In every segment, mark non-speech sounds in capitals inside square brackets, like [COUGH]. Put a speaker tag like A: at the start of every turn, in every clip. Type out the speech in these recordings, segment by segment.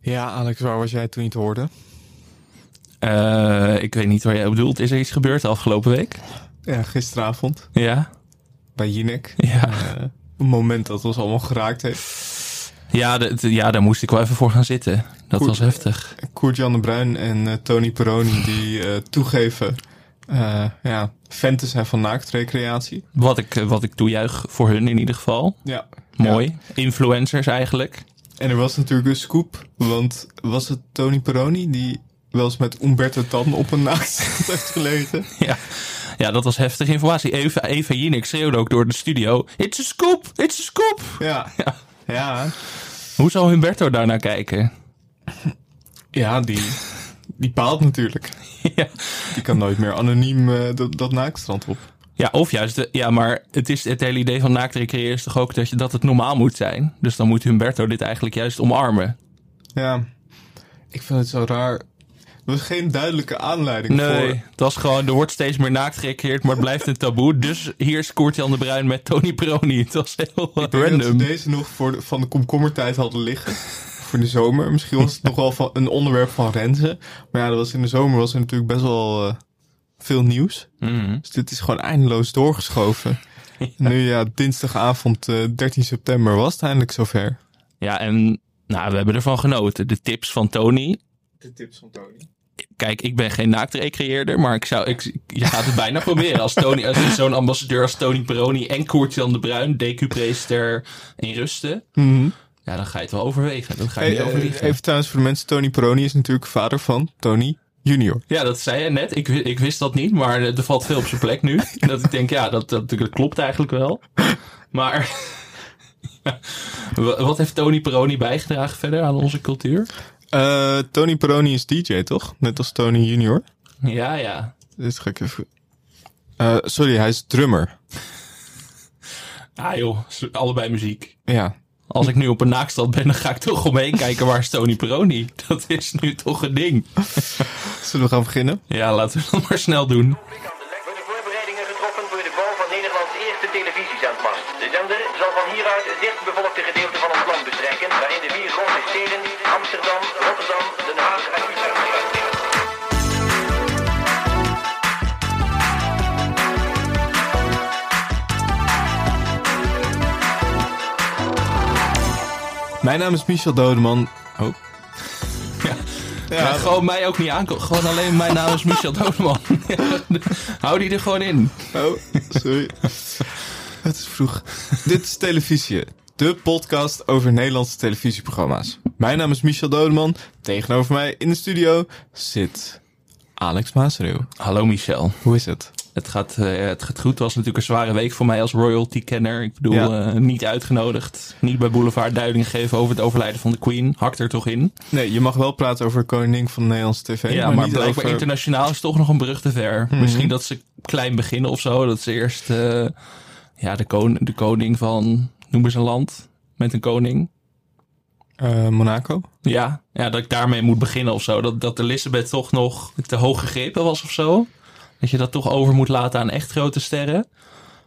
A: Ja, Alex, waar was jij toen je het hoorde?
B: Eh, ik weet niet waar jij op bedoelt. Is er iets gebeurd de afgelopen week?
A: Ja, gisteravond
B: Ja.
A: bij Jinek.
B: Ja.
A: Eh, een moment dat ons allemaal geraakt heeft.
B: Ja, de- de- ja, daar moest ik wel even voor gaan zitten. Dat
A: Goed.
B: was heftig.
A: Koert-Jan de Bruin en eh, Tony Peroni die [LAUGHS] eh, toegeven eh, ja, fan te zijn van naaktrecreatie.
B: Wat ik, eh, wat ik toejuich voor hun in ieder geval.
A: Ja.
B: Mooi. Influencers eigenlijk. [LAUGHS]
A: En er was natuurlijk een scoop, want was het Tony Peroni die wel eens met Umberto Tan op een [LAUGHS] naaktstrand heeft gelegen?
B: Ja. ja, dat was heftige informatie. Eva, Eva Jinek schreeuwde ook door de studio. It's a scoop! It's a scoop!
A: Ja.
B: Ja.
A: Ja,
B: Hoe zal Humberto daarnaar kijken? [LAUGHS]
A: ja die, die paalt natuurlijk.
B: ja.
A: Die kan nooit meer anoniem eh, dat, dat naaktstrand op.
B: ja, of juist... de- ja, maar het, is, het hele idee van naakt recreëren is toch ook dat, je, dat het normaal moet zijn? Dus dan moet Humberto dit eigenlijk juist omarmen.
A: Ja, ik vind het zo raar. Er was geen duidelijke aanleiding
B: Nee,
A: voor.
B: dat is gewoon, er wordt steeds meer naakt gerekeerd, maar het blijft een taboe. Dus hier is Koert-Jan de Bruin met Tony Peroni. Het was heel eh,
A: Ik denk dat ze
B: random.
A: deze nog voor de- van de komkommertijd hadden liggen. [LAUGHS] voor de zomer. Misschien was het nog wel van een onderwerp van Renze. Maar ja, dat was in de zomer was er natuurlijk best wel eh, veel nieuws.
B: Mhm.
A: Dus dit is gewoon eindeloos doorgeschoven. Nu [LAUGHS] ja, dinsdagavond eh, 13 september was het eindelijk zover.
B: Ja, en nou, we hebben ervan genoten. De tips van Tony.
A: De tips van Tony.
B: Kijk, ik ben geen naakt-recreëerder, maar ik zou, ik, je gaat het bijna proberen. Als, Tony, als je zo'n ambassadeur als Tony Peroni en Koert-Jan de Bruin, DQ-preester in rusten. Ja, dan ga je het wel overwegen. Dan ga je niet overliegen.
A: Mhm. eh, even trouwens voor de mensen, Tony Peroni is natuurlijk vader van Tony Junior.
B: Ja, dat zei je net. Ik, wi- ik wist dat niet, maar eh, er valt veel op zijn plek [LAUGHS] nu. dat ik denk, ja, dat, dat, dat klopt eigenlijk wel. Maar [LAUGHS] ja, wa- wat heeft Tony Peroni bijgedragen verder aan onze cultuur?
A: Eh, Tony Peroni is DJ, toch? Net als Tony Junior.
B: Ja, ja.
A: Dit ga ik even. Eh, sorry, hij is drummer.
B: Ah joh, s- allebei muziek.
A: Ja.
B: Als ik nu op een naakstad ben, dan ga ik toch omheen kijken waar is Tony Peroni. Dat is nu toch een ding.
A: Zullen we gaan beginnen?
B: Ja, laten we dat maar snel doen.
C: Worden voorbereidingen getroffen voor de bouw van Nederlands eerste televisiezendmast. De zender zal van hieruit het dichtbevolkte gedeelte van ons land bestrijken, waarin de vier grote steden Amsterdam, Rotterdam, Den Haag en Utrecht liggen.
A: Mijn naam is Michel Dodeman. Oh.
B: Ja. Ja, gewoon mij ook niet aankomen. Gewoon alleen mijn naam is Michel Dodeman. [LAUGHS] Ja, Hou die er gewoon in.
A: Oh, sorry. [LAUGHS] Het is vroeg. Dit is Televisie, de podcast over Nederlandse televisieprogramma's. Mijn naam is Michel Dodeman. Tegenover mij in de studio zit Alex Maasreeuw.
B: Hallo Michel.
A: Hoe is het?
B: Het gaat, eh, het gaat goed. Het was natuurlijk een zware week voor mij als royalty-kenner. Ik bedoel,
A: Ja.
B: eh, niet uitgenodigd. Niet bij Boulevard duiding geven over het overlijden van de Queen. Hakt er toch in.
A: Nee, je mag wel praten over koningin van de Nederlandse tv.
B: ja, maar
A: niet
B: blijkbaar
A: over- Mhm.
B: internationaal is toch nog een brug te ver. Misschien dat ze klein beginnen of zo. Dat ze eerst eh, ja, de, kon- de koning van, noem eens een land, met een koning.
A: Eh, Monaco.
B: Ja, ja, dat ik daarmee moet beginnen of zo. Dat, dat Elizabeth toch nog te hoog gegrepen was of zo. Dat je dat toch over moet laten aan echt grote sterren.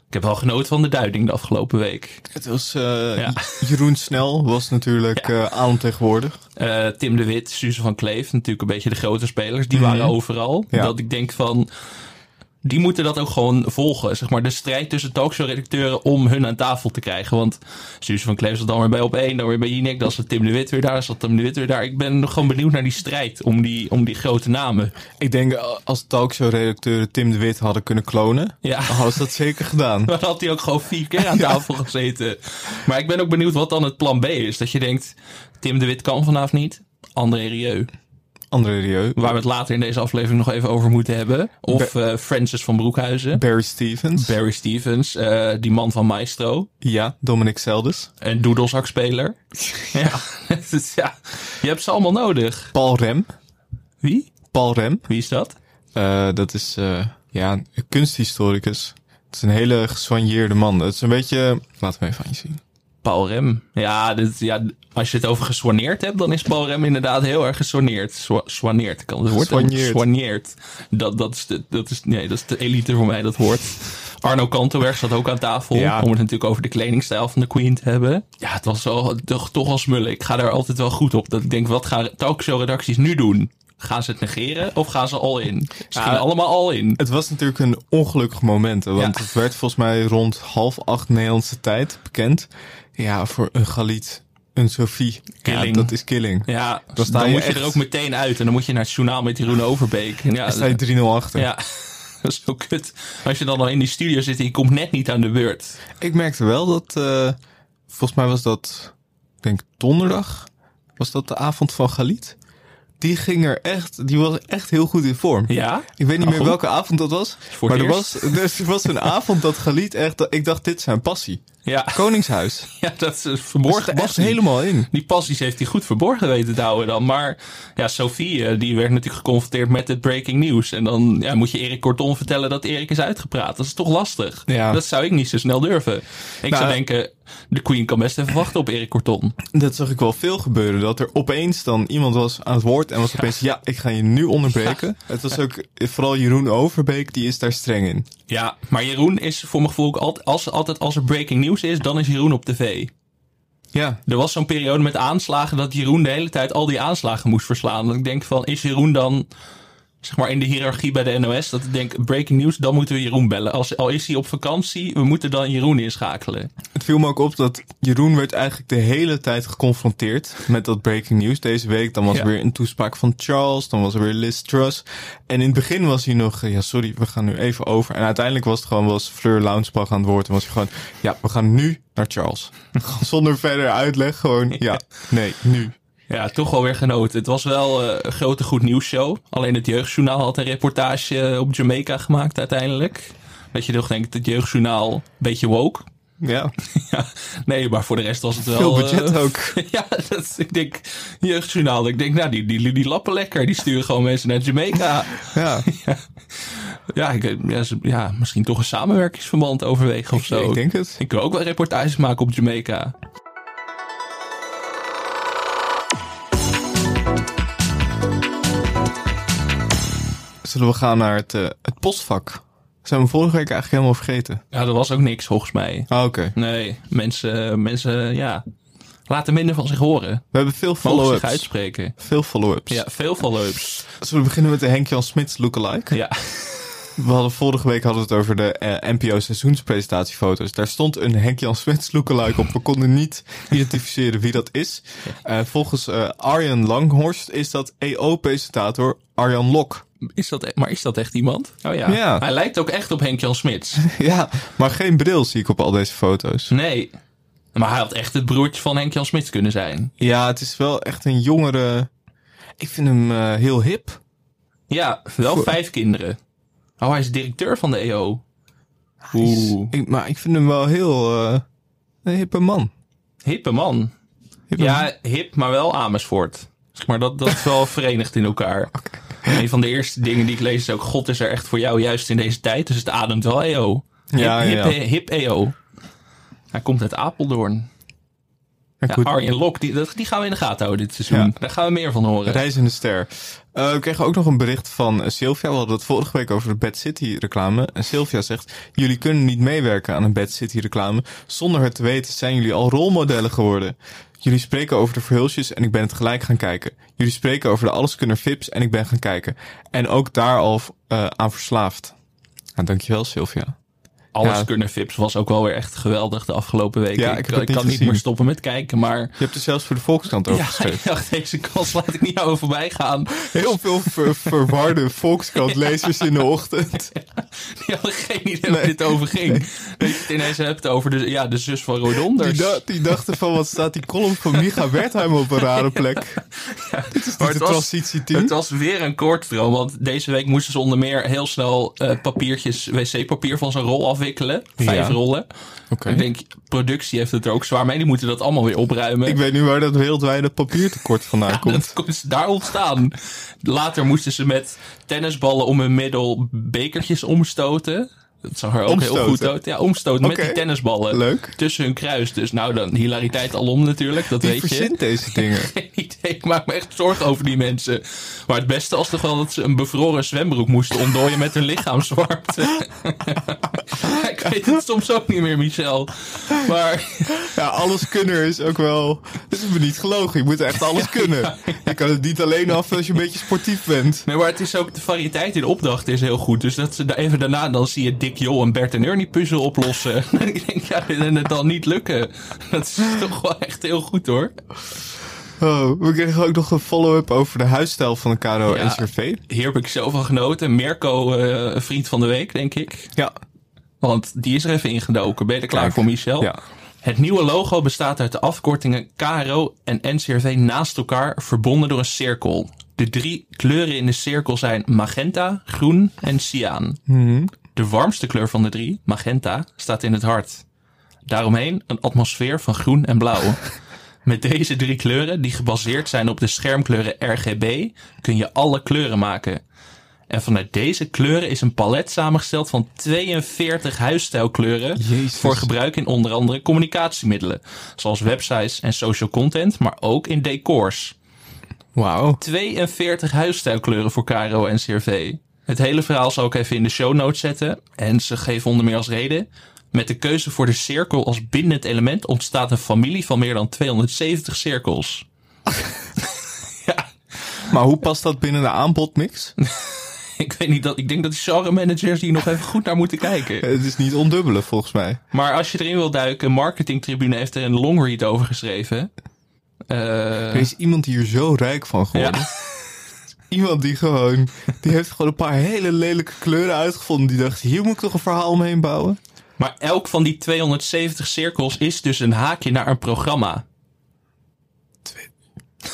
B: Ik heb wel genoten van de duiding de afgelopen week.
A: Het was eh,
B: Ja.
A: J- [LAUGHS] Jeroen Snel was natuurlijk eh aantegenwoordig.
B: Eh, Tim de Wit, Suze van Kleef, natuurlijk een beetje de grote spelers. Die waren overal.
A: Ja.
B: Dat ik denk van, die moeten dat ook gewoon volgen. Zeg maar de strijd tussen talkshow-redacteuren om hun aan tafel te krijgen. Want Suze van Kleef zat dan weer bij op één, dan weer bij Jinek. Dan zat Tim de Wit weer daar, dan zat Tim de Wit weer daar. Ik ben gewoon benieuwd naar die strijd om die, om die grote namen. [LAUGHS]
A: Ik denk eh, als talkshow-redacteuren Tim de Wit hadden kunnen klonen,
B: Ja.
A: dan hadden ze dat zeker gedaan.
B: Dan had hij ook gewoon vier keer aan tafel gezeten. Maar ik ben ook benieuwd wat dan het plan B is. Dat je denkt, Tim de Wit kan vanavond niet. André Rieu.
A: [LAUGHS] André Rieu,
B: waar we het later in deze aflevering nog even over moeten hebben. Of eh, Francis van Broekhuizen.
A: Barry Stevens,
B: Barry Stevens, eh, die man van Maestro.
A: ja, Dominic Seldes,
B: Een doedelzakspeler. ja. [LAUGHS] het is- ja, je hebt ze allemaal nodig.
A: Paul Rem.
B: Wie?
A: Paul Rem,
B: Wie is dat?
A: eh, dat is eh, ja, een kunsthistoricus. Het is een hele gesoigneerde man. Het is een beetje, laat hem even aan je zien.
B: Paul Rem. Ja, dit, ja, als je het over geswaneerd hebt, dan is Paul Rem inderdaad heel erg geswaneerd. Swa- Swaneerd, kan het woord
A: Geswanneerd.
B: Swaneerd. Dat, dat, is de, dat, is, nee, dat is de elite voor mij, dat woord. Arno Kantenberg zat ook aan tafel.
A: Ja.
B: Om het natuurlijk over de kledingstijl van de Queen te hebben. Ja, het was wel, toch, toch wel smullen. Ik ga daar altijd wel goed op. Dat ik denk, wat gaan talkshow-redacties nu doen? Gaan ze het negeren of gaan ze al in? Ze gingen allemaal al in.
A: Het was natuurlijk een ongelukkig moment. hè, Want
B: Ja.
A: het werd volgens mij rond half acht Nederlandse tijd bekend. Ja, voor een Galit, een Sophie. Ja,
B: Killing.
A: dat is killing.
B: Ja,
A: Dan
B: dan,
A: sta je
B: moet je
A: echt-
B: er ook meteen uit. En dan moet je naar het journaal met Jeroen Overbeek. En Ja,
A: Daar sta je 3-0 achter.
B: ja, [LAUGHS] dat is ook kut. Als je dan al in die studio zit en je komt net niet aan de beurt.
A: Ik merkte wel dat, eh, volgens mij was dat, ik denk donderdag, was dat de avond van Galit. Die ging er echt, die was echt heel goed in vorm.
B: Ja?
A: Ik weet niet
B: Oh,
A: meer
B: goed.
A: welke avond dat was.
B: voor
A: Maar
B: het
A: er was,
B: eerst.
A: dus er was een avond dat Galit echt, dat- ik dacht dit is zijn
B: [LAUGHS]
A: passie.
B: Ja,
A: Koningshuis.
B: ja dat is
A: Borg
B: verborgen.
A: er echt
B: passie.
A: helemaal in.
B: Die passies heeft hij goed verborgen weten te houden dan. Maar ja, Sophie eh, die werd natuurlijk geconfronteerd met het breaking news. En dan ja, moet je Erik Kortom vertellen dat Erik is uitgepraat. Dat is toch lastig.
A: Ja.
B: Dat zou ik niet zo snel durven. Ik
A: Nou,
B: zou denken, de Queen kan best even wachten op Erik Kortom.
A: Dat zag ik wel veel gebeuren. Dat er opeens dan iemand was aan het woord en was opeens, ja, ik ga je nu onderbreken. Het was ook eh, vooral Jeroen Overbeek, die is daar streng in.
B: Ja, maar Jeroen is voor mijn gevoel ook altijd als, altijd als er breaking news is, dan is Jeroen op tv.
A: Ja,
B: Er was zo'n periode met aanslagen dat Jeroen de hele tijd al die aanslagen moest verslaan. Dat ik denk van, is Jeroen dan zeg maar in de hiërarchie bij de NOS? Dat ik denk, breaking news, dan moeten we Jeroen bellen. Als, al is hij op vakantie, we moeten dan Jeroen inschakelen.
A: Het viel me ook op dat Jeroen werd eigenlijk de hele tijd geconfronteerd met dat breaking news deze week. Dan was
B: Ja.
A: er weer een toespraak van Charles, dan was er weer Liz Truss. En in het begin was hij nog, eh, ja sorry, we gaan nu even over. En uiteindelijk was het gewoon, was Fleur Lounsbach aan het woord en was hij gewoon, ja, we gaan nu naar [LAUGHS] Charles. Gewoon Zonder verder uitleg, gewoon, ja, nee, nu.
B: Ja, toch wel weer genoten. Het was wel eh, een grote goed nieuws show. Alleen het Jeugdjournaal had een reportage eh, op Jamaica gemaakt uiteindelijk. Dat je toch denkt, het Jeugdjournaal een beetje woke.
A: Ja,
B: [LAUGHS] Ja, nee, maar voor de rest was het wel...
A: veel
B: eh,
A: budget ook.
B: [LAUGHS] Ja, dat is- ik denk, jeugdjournaal. Ik denk, nou, die, die, die lappen lekker. Die sturen gewoon [LAUGHS] mensen naar Jamaica.
A: Ja,
B: Ja, ik, ja, ze- ja, misschien toch een samenwerkingsverband overwegen of zo.
A: ik denk het.
B: Ik wil ook wel reportages maken op Jamaica.
A: Zullen we gaan naar het, eh, het postvak? Zijn we vorige week eigenlijk helemaal vergeten.
B: Ja, dat was ook niks volgens mij.
A: Ah, Oké,
B: Nee, mensen, mensen ja, laten minder van zich horen.
A: we hebben veel
B: Mogen zich
A: follow-ups.
B: uitspreken.
A: Veel follow-ups.
B: Ja, veel follow-ups.
A: Zullen we beginnen met de Henk-Jan Smits lookalike?
B: Ja,
A: We hadden vorige week hadden we het over de eh, NPO seizoenspresentatiefoto's. Daar stond een Henk-Jan Smits lookalike op. We konden [LAUGHS] niet identificeren wie dat is. Eh, volgens eh, Arjan Langhorst is dat EO-presentator Arjan Lok. [LAUGHS]
B: is dat, e- maar is dat echt iemand? Oh ja.
A: Ja.
B: Hij lijkt ook echt op Henk-Jan Smits.
A: ja, maar geen bril zie ik op al deze foto's.
B: Nee. Maar hij had echt het broertje van Henk-Jan Smits kunnen zijn.
A: Ja, het is wel echt een jongere... Ik vind hem eh, heel hip.
B: Ja, wel vijf kinderen. Oh, hij is directeur van de EO. Oeh,
A: Ik, maar ik vind hem wel heel... eh, een hippe man.
B: hippe man.
A: Hippe man.
B: Ja, hip, maar wel Amersfoort. Zeg maar, dat, dat
A: [LAUGHS]
B: is wel verenigd in elkaar. Een van de eerste dingen die ik lees is ook... God is er echt voor jou juist in deze tijd. Dus het ademt wel EO. Hip,
A: Ja,
B: hip, E-,
A: ja.
B: hip EO. Hij komt uit Apeldoorn.
A: Ja,
B: Ja,
A: goed.
B: Arjen Lok, die, dat- die gaan we in de gaten houden dit seizoen.
A: Ja.
B: Daar gaan we meer van horen.
A: Reizende ster. Eh, we kregen ook nog een bericht van eh, Sylvia. We hadden het vorige week over de Bad City reclame. En Sylvia zegt, jullie kunnen niet meewerken aan een Bad City reclame. Zonder het te weten zijn jullie al rolmodellen geworden. Jullie spreken over de verhulsjes en ik ben het gelijk gaan kijken. Jullie spreken over de alleskunner vips en ik ben gaan kijken. En ook daar al eh, aan verslaafd. Nou, dankjewel Sylvia.
B: Alles
A: Ja.
B: kunnen Vips was ook wel weer echt geweldig de afgelopen weken.
A: Ja, ik heb
B: ik,
A: het niet
B: kan niet
A: gezien.
B: meer stoppen met kijken, maar...
A: Je hebt er zelfs voor de Volkskrant over
B: [LAUGHS] Ja,
A: geschreven.
B: ik dacht, deze kans laat ik niet over voorbij gaan. [LAUGHS]
A: Heel veel ver- verwarde Volkskrant-lezers in de ochtend.
B: Die hadden geen idee waar dit over ging. Dat je het ineens hebt over de, ja, de zus van Rodonders.
A: Die, da- die dachten van, wat staat die column van Micha Wertheim op een rare plek? Dit is
B: Maar
A: niet
B: het
A: de
B: was-
A: transitieteam.
B: Het was weer een koordsdroom, want deze week moesten ze onder meer heel snel eh, papiertjes, wc-papier van zijn rol afwikkelen.
A: Ja.
B: Vijf rollen.
A: Oké.
B: Ik denk, productie heeft het er ook zwaar mee. Die moeten dat allemaal weer opruimen.
A: Ik weet nu waar dat wereldwijde papiertekort vandaan komt.
B: Dat komt ze daar ontstaan. Later moesten ze met tennisballen om hun middel bekertjes omstoten. Dat zag er ook heel
A: Omstoten?
B: goed uit. Ja, omstoten
A: Oké.
B: met die tennisballen.
A: Leuk.
B: Tussen hun kruis. Dus nou dan, hilariteit alom natuurlijk, dat
A: Wie
B: weet je.
A: verzint deze dingen?
B: [LAUGHS] Geen idee. ik maak me echt zorgen over die mensen. Maar het beste was toch wel dat ze een bevroren zwembroek moesten ontdooien met hun lichaamswarmte. [LAUGHS] ik weet het soms ook niet meer, Michel. Maar
A: Ja, alles kunnen is ook wel... Dat is me niet gelogen. Je moet echt alles kunnen. Je kan het niet alleen af als je een beetje sportief bent.
B: Nee, maar het is ook de variëteit in de opdrachten is heel goed. Dus dat ze daar even daarna dan zie je Dick, Joel en Bert en Ernie puzzel oplossen. [LAUGHS] en ik denk, ja, en het dan niet lukken. [LAUGHS] Dat is toch wel echt heel goed hoor.
A: Oh, we kregen ook nog een follow-up over de huisstijl van de KRO
B: Ja.
A: NCRV.
B: Hier heb ik zo van genoten. Mirko, eh, vriend van de week, denk ik.
A: Ja.
B: Want die is er even ingedoken. Ben je er klaar
A: Kijk,
B: voor, Michel?
A: ja.
B: Het nieuwe logo bestaat uit de afkortingen KRO en NCRV naast elkaar, verbonden door een cirkel. De drie kleuren in de cirkel zijn magenta, groen en cyaan.
A: Mhm.
B: De warmste kleur van de drie, magenta, staat in het hart. Daaromheen een atmosfeer van groen en blauw. Met deze drie kleuren, die gebaseerd zijn op de schermkleuren RGB, kun je alle kleuren maken. En vanuit deze kleuren is een palet samengesteld van 42 huisstijlkleuren
A: Jezus.
B: voor gebruik in onder andere communicatiemiddelen, zoals websites en social content, maar ook in decors.
A: Wauw.
B: 42 huisstijlkleuren voor KRO en CRV. Het hele verhaal zal ik even in de show notes zetten. En ze geven onder meer als reden. Met de keuze voor de cirkel als bindend element ontstaat een familie van meer dan 270 cirkels. [LAUGHS] ja,
A: Maar hoe past dat binnen de aanbodmix?
B: ik weet niet dat. Ik denk dat die genre managers hier nog even goed naar moeten kijken.
A: Het is niet ondubbelen volgens mij.
B: Maar als je erin wil duiken, Marketingtribune heeft er een longread over geschreven. Eh,
A: Er is iemand hier zo rijk van geworden.
B: ja.
A: [LAUGHS] Iemand die gewoon... Die heeft gewoon een paar hele lelijke kleuren uitgevonden. Die dacht, hier moet ik toch een verhaal omheen bouwen?
B: Maar elk van die 270 cirkels is dus een haakje naar een programma. [LAUGHS]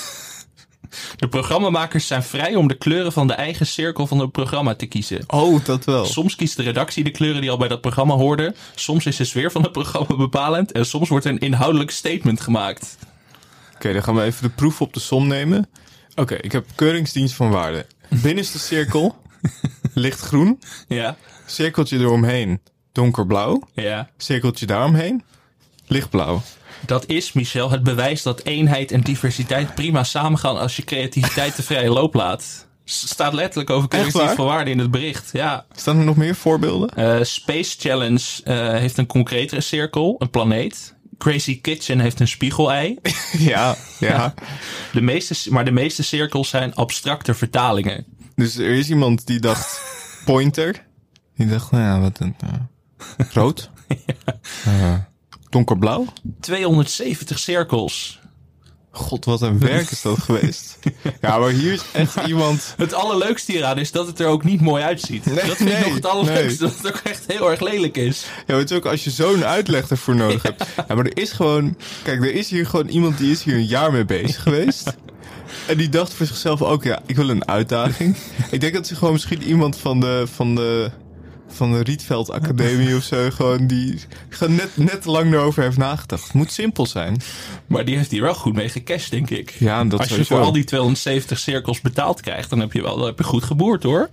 B: De programmamakers zijn vrij om de kleuren van de eigen cirkel van het programma te kiezen.
A: Oh, dat wel.
B: Soms kiest de redactie de kleuren die al bij dat programma hoorden. Soms is de sfeer van het programma bepalend. En soms wordt er een inhoudelijk statement gemaakt.
A: Oké, dan gaan we even de proef op de som nemen. Oké, ik heb keuringsdienst van waarde. Binnenste cirkel, [LAUGHS] lichtgroen.
B: Ja,
A: Cirkeltje eromheen, donkerblauw.
B: ja.
A: Cirkeltje daaromheen, lichtblauw.
B: Dat is, Michel, het bewijs dat eenheid en diversiteit prima samengaan als je creativiteit de vrije loop laat. S- Staat letterlijk over keuringsdienst
A: waar?
B: van waarde in het bericht. Ja,
A: Staan er nog meer voorbeelden?
B: Eh, Space Challenge eh, heeft een concretere cirkel, een planeet. Crazy Kitchen heeft een
A: [LAUGHS]
B: spiegelei.
A: ja, [LAUGHS] ja.
B: De meeste, maar de meeste cirkels zijn abstracte vertalingen.
A: Dus er is iemand die dacht pointer. Die dacht, nou ja, wat een... eh, rood. Eh, donkerblauw.
B: 270 cirkels.
A: God, wat een werk is dat geweest. Ja, maar hier is echt iemand...
B: Het allerleukste hieraan is dat het er ook niet mooi uitziet.
A: Nee,
B: dat vind ik
A: nee,
B: nog het allerleukste, dat het ook echt heel erg lelijk is.
A: Ja, maar het is ook als je zo'n uitleg ervoor nodig hebt. [LAUGHS] Ja, maar er is gewoon... Kijk, er is hier gewoon iemand die is hier een jaar mee bezig [LAUGHS] geweest. En die dacht voor zichzelf ook, ja, ik wil een uitdaging. Ik denk dat ze gewoon misschien iemand van de... Van de van de Rietveld Academie of zo, gewoon die gewoon net, net te lang erover heeft nagedacht. Het moet simpel zijn.
B: Maar die heeft hier wel goed mee gecashed, denk ik.
A: Ja, en dat
B: Als je
A: sowieso.
B: voor al die 270 cirkels betaald krijgt, dan heb je wel dan heb je goed geboerd hoor.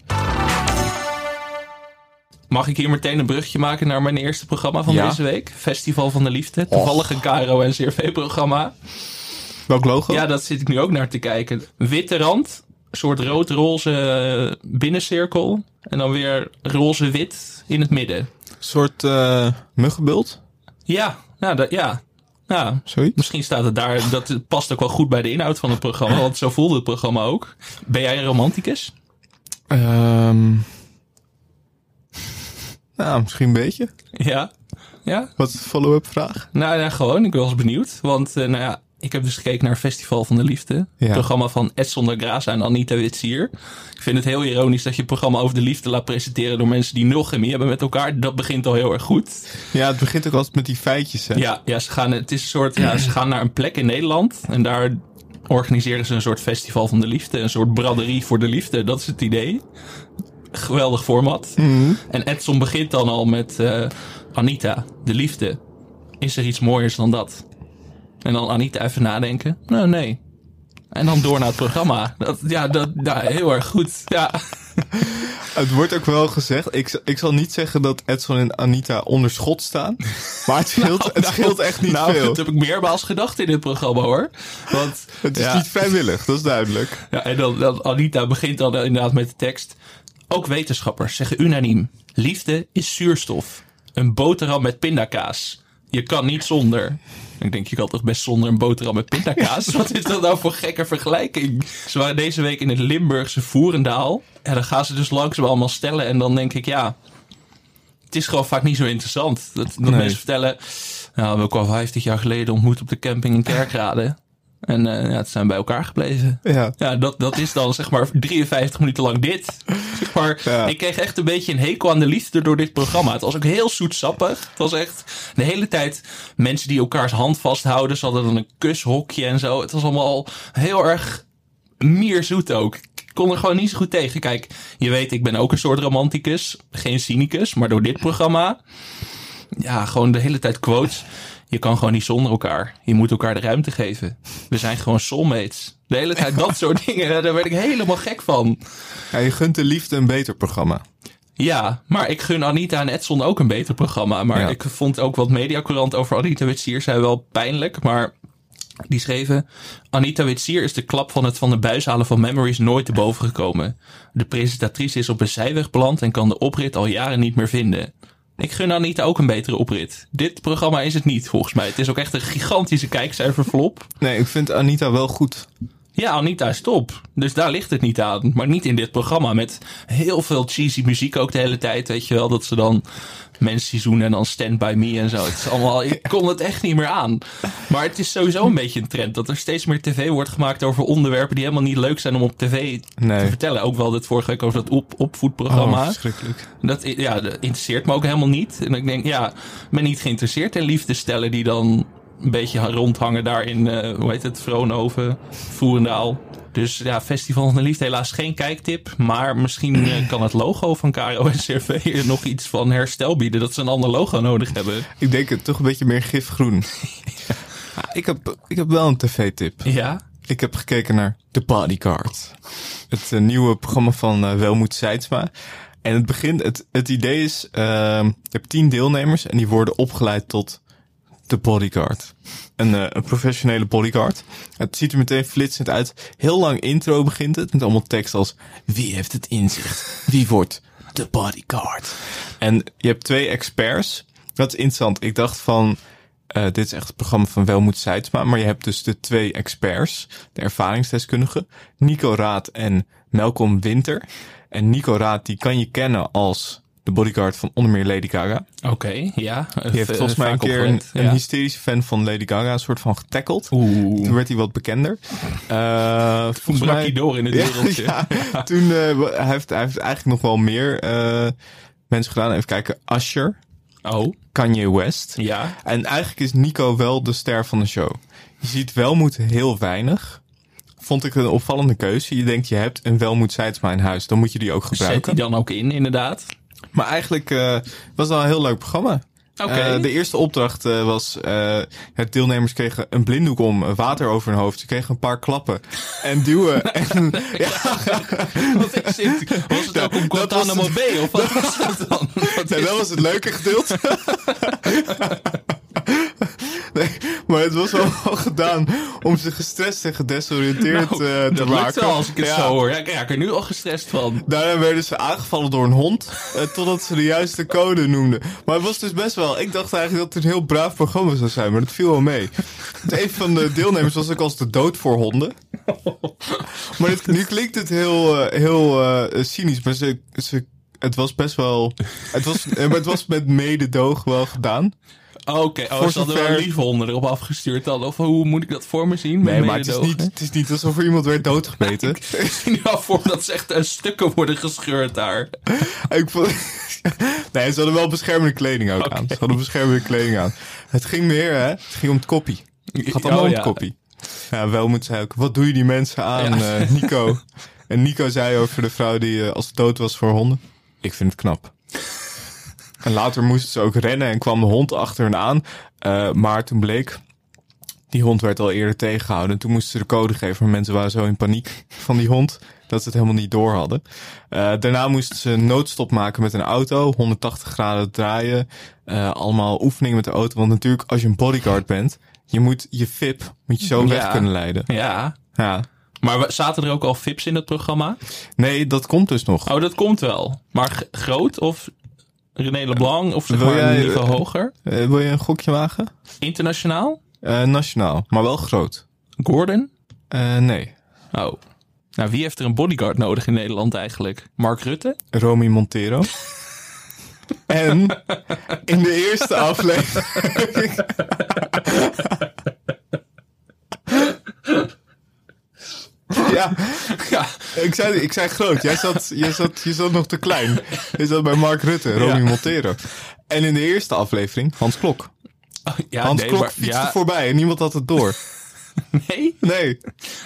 B: Mag ik hier meteen een brugje maken naar mijn eerste programma van
A: Ja.
B: deze week? Festival van de Liefde. Toevallig een KRO en CRV-programma.
A: Welk logo?
B: Ja, dat zit ik nu ook naar te kijken. Witte rand, een soort rood-roze binnencirkel. En dan weer roze-wit in het midden.
A: soort eh muggenbult,
B: Ja, nou, dat, ja. Nou, ja,
A: zoiets.
B: Misschien staat het daar, dat past ook wel goed bij de inhoud van het programma, want zo voelde het programma ook. Ben jij een romanticus?
A: Ehm nou, misschien een beetje.
B: Ja. Ja?
A: Wat is de follow-up vraag?
B: Nou ja, gewoon, ik was benieuwd. Want eh, nou ja, ik heb dus gekeken naar Festival van de Liefde. Het
A: Ja.
B: programma van Edson de Graza en Anita Witsier. Ik vind het heel ironisch dat je het programma over de liefde laat presenteren door mensen die nul chemie hebben met elkaar. Dat begint al heel erg goed.
A: Ja, het begint ook altijd met die feitjes, hè?
B: Ja, ja, ze gaan, het is een soort, ja, ze gaan naar een plek in Nederland. En daar organiseren ze een soort festival van de liefde. Een soort braderie voor de liefde. Dat is het idee. Geweldig format.
A: Mhm.
B: En Edson begint dan al met eh, Anita, de liefde. Is er iets mooiers dan dat? En dan Anita even nadenken. Nou, nee. En dan door naar het programma. Dat, ja, dat, nou, heel erg goed. Ja.
A: Het wordt ook wel gezegd. Ik, z- ik zal niet zeggen dat Edson en Anita onder schot staan. Maar het scheelt, het scheelt echt niet
B: nou,
A: veel.
B: dat heb ik meermaals gedacht in dit programma hoor. Want,
A: Het is
B: ja.
A: niet vrijwillig, dat is duidelijk.
B: Ja, en dan, dan Anita begint dan inderdaad met de tekst. Ook wetenschappers zeggen unaniem: liefde is zuurstof. Een boterham met pindakaas. Je kan niet zonder. Ik denk, je kan toch best zonder een boterham met pindakaas? Wat is dat nou voor gekke vergelijking? Ze waren deze week in het Limburgse Voerendaal. En dan gaan ze dus langzaam allemaal stellen. En dan denk ik, ja, het is gewoon vaak niet zo interessant. Dat, dat mensen vertellen, nou, we elkaar 50 jaar geleden ontmoet op de camping in Kerkrade. En eh, ja, het zijn bij elkaar gebleven.
A: Ja.
B: Ja, dat, dat is dan zeg maar [LAUGHS] 53 minuten lang dit. Zeg maar,
A: Ja.
B: Ik kreeg echt een beetje een hekel aan de liefde door dit programma. Het was ook heel zoetsappig. Het was echt de hele tijd mensen die elkaars hand vasthouden. Ze hadden dan een kushokje en zo. Het was allemaal heel erg mierzoet ook. Ik kon er gewoon niet zo goed tegen. Kijk, je weet, ik ben ook een soort romanticus. Geen cynicus, maar door dit programma... Ja, gewoon de hele tijd quotes. Je kan gewoon niet zonder elkaar. Je moet elkaar de ruimte geven. We zijn gewoon soulmates. De hele tijd dat soort dingen. Daar werd ik helemaal gek van.
A: Ja, je gunt de liefde een beter programma.
B: Ja, maar ik gun Anita en Edson ook een beter programma. Maar
A: Ja.
B: ik vond ook wat mediacourant over Anita Witsier zijn wel pijnlijk. Maar die schreven... Anita Witsier is de klap van het van de buis halen van Memories nooit te boven gekomen. De presentatrice is op een zijweg beland en kan de oprit al jaren niet meer vinden. Ik gun Anita ook een betere oprit. Dit programma is het niet, volgens mij. Het is ook echt een gigantische kijkcijferflop.
A: Nee, ik vind Anita wel goed.
B: Ja, Anita is top. Dus daar ligt het niet aan. Maar niet in dit programma. Met heel veel cheesy muziek ook de hele tijd. Weet je wel, dat ze dan mensen die zoenen en dan Stand By Me en zo. Het is allemaal, ik kon het echt niet meer aan. Maar het is sowieso een beetje een trend. Dat er steeds meer tv wordt gemaakt over onderwerpen die helemaal niet leuk zijn om op tv te
A: Nee.
B: vertellen. Ook wel dit vorige week over dat op,
A: Oh,
B: opvoedprogramma.
A: verschrikkelijk.
B: Dat, i- ja, dat interesseert me ook helemaal niet. En ik denk, ja, ik ben niet geïnteresseerd in liefdestellen die dan een beetje rondhangen daar in, eh, hoe heet het, Vroonhoven, Voerendaal. Dus ja, Festival van de Liefde, helaas geen kijktip. Maar misschien eh, kan het logo van KRO-NCRV er nog iets van herstel bieden. Dat ze een ander logo nodig hebben.
A: Ik denk het toch een beetje meer [LAUGHS] gifgroen. Ja, ik, heb, ik heb wel een tv-tip.
B: Ja?
A: Ik heb gekeken naar The Bodyguard. Het eh, nieuwe programma van eh, Welmoed Seidsma. En het begint, het, het idee is, ehm, je hebt tien deelnemers en die worden opgeleid tot de bodyguard. Een, eh, een professionele bodyguard. Het ziet er meteen flitsend uit. Heel lang intro begint het met allemaal tekst als wie heeft het inzicht? Wie wordt de bodyguard? En je hebt twee experts. Dat is interessant. Ik dacht van, eh, dit is echt het programma van Welmoed Seidsma. Maar je hebt dus de twee experts, de ervaringsdeskundigen, Nico Raad en Malcolm Winter. En Nico Raad, die kan je kennen als de bodyguard van onder meer Lady Gaga.
B: Oké, ja. Eh,
A: Die heeft volgens mij een keer een, een hysterische fan van Lady Gaga een soort van getackled. Toen werd hij wat bekender. Eh volgens
B: brak
A: mij-
B: hij door in
A: [LAUGHS]
B: het
A: Ja,
B: wereldje.
A: ja. Toen eh, hij heeft hij heeft eigenlijk nog wel meer eh, mensen gedaan. Even kijken, Usher,
B: Oh,
A: Kanye West.
B: ja.
A: En eigenlijk is Nico wel de ster van de show. Je ziet Welmoed heel weinig. Vond ik een opvallende keuze. Je denkt, je hebt een Welmoed Seidsma in huis. Dan moet je die ook
B: Zet
A: gebruiken.
B: die dan ook in, inderdaad.
A: Maar eigenlijk eh, was het al een heel leuk programma.
B: Oké.
A: Eh, de eerste opdracht eh, was, eh het deelnemers kregen een blinddoek om, eh, water over hun hoofd. Ze kregen een paar
B: [LAUGHS]
A: klappen en duwen. en, [LAUGHS]
B: Wat is dit? Was het ook een
A: Dat was
B: Guantanamo
A: het-
B: Bay of wat was dat dan? Wat
A: Nee,
B: is-
A: dat was [LAUGHS] het leuke gedeelte. [LAUGHS] Nee, maar het was wel [LAUGHS] wel gedaan om ze gestrest en gedesoriënteerd
B: Nou,
A: eh, te
B: dat
A: maken.
B: lukt wel als ik het
A: Ja.
B: zo hoor. Ja, ik raak er nu al gestrest van.
A: Daarna werden ze aangevallen door een hond, eh, totdat ze de juiste code noemden. Maar het was dus best wel... Ik dacht eigenlijk dat het een heel braaf programma zou zijn, maar dat viel wel mee. Het een van de deelnemers was ook als de dood voor honden. Maar dit- nu klinkt het heel, eh, heel eh, cynisch, maar ze, ze, het was best wel... Het was, eh, maar het was met mededoog wel gedaan.
B: Oké, oh,
A: Voor
B: is dat er wel
A: zover-
B: lieve honden erop afgestuurd dan? Of hoe moet ik dat voor me zien? Met
A: Nee, maar het is,
B: mededogen?
A: niet, het is niet alsof er iemand werd doodgebeten.
B: [LAUGHS] Ik zie nu al voor dat ze echt eh, stukken worden gescheurd daar.
A: Ik vond... [LAUGHS] Nee, ze hadden wel beschermende kleding ook aan. Ze hadden beschermende kleding aan. Het ging meer, hè? Het ging om het koppie. Het gaat allemaal
B: Oh,
A: om
B: ja.
A: het koppie. Ja, wel moet zij ook. Wat doe je die mensen aan,
B: Ja.
A: eh, Nico? En Nico zei over de vrouw die eh, als dood was voor honden. Ik vind het knap. En later moesten ze ook rennen en kwam de hond achter hen aan. Eh, maar toen bleek Die hond werd al eerder tegengehouden. Toen moesten ze de code geven, maar mensen waren zo in paniek [LAUGHS] van die hond dat ze het helemaal niet door hadden. Eh, daarna moesten ze een noodstop maken met een auto, 180 graden draaien, eh, allemaal oefeningen met de auto. Want natuurlijk, als je een bodyguard bent, je moet je VIP moet je zo weg
B: Ja.
A: kunnen leiden.
B: Ja.
A: Ja.
B: Maar we- zaten er ook al vips in het programma?
A: Nee, dat komt dus nog.
B: Oh, dat komt wel. Maar g- groot of René Leblanc of zeg
A: Wil
B: maar
A: jij-
B: een niveau hoger?
A: Eh, wil je een gokje wagen?
B: Internationaal?
A: Eh, nationaal, maar wel groot.
B: Gordon?
A: Eh, nee.
B: Oh. Nou, wie heeft er een bodyguard nodig in Nederland eigenlijk? Mark Rutte?
A: Romy
B: [LAUGHS]
A: Montero. en in de eerste aflevering. ja,
B: [LAUGHS] Ja.
A: ik zei, ik zei groot. Jij zat, jij zat, je zat nog te klein. Je zat bij Mark Rutte, Romy
B: Ja.
A: Montero. En in de eerste aflevering, Hans Klok.
B: ja
A: Hans
B: nee,
A: Klok
B: maar-
A: fietste
B: ja,
A: voorbij en niemand had het door.
B: [LAUGHS] Nee?
A: Nee.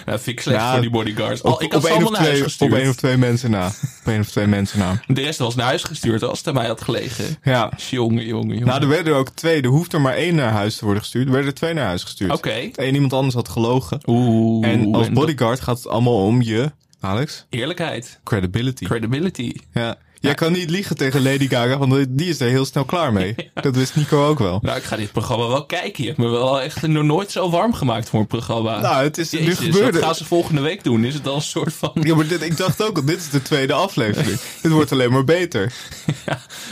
B: Dat vind ik slecht
A: Ja,
B: voor die bodyguards. Al, ik had ze
A: één
B: allemaal
A: of
B: naar
A: twee,
B: huis
A: op
B: gestuurd.
A: één of twee mensen na. Op één of twee mensen na.
B: De rest was naar huis gestuurd als het aan mij had gelegen.
A: Ja.
B: Jongen, jongen, jongen.
A: Nou, er werden er ook twee. Er hoeft er maar één naar huis te worden gestuurd. Er werden er twee naar huis gestuurd.
B: Oké.
A: Eén iemand anders had gelogen.
B: Oeh.
A: en als
B: en
A: bodyguard gaat het allemaal om je, Alex,
B: Eerlijkheid.
A: credibility.
B: Credibility.
A: ja. Jij kan niet liegen tegen Lady Gaga, want die is er heel snel klaar
B: [LAUGHS]
A: mee. Dat wist Nico ook wel.
B: Nou, ik ga dit programma wel kijken. Je hebt me wel echt nog nooit zo warm gemaakt voor een programma.
A: Nou, het is- nu
B: Jezus,
A: gebeurde-
B: Wat gaan ze volgende week doen? Is het dan een soort van...
A: Ja, maar dit, ik dacht ook al, dit is de tweede
B: [LAUGHS]
A: aflevering. dit wordt alleen maar beter.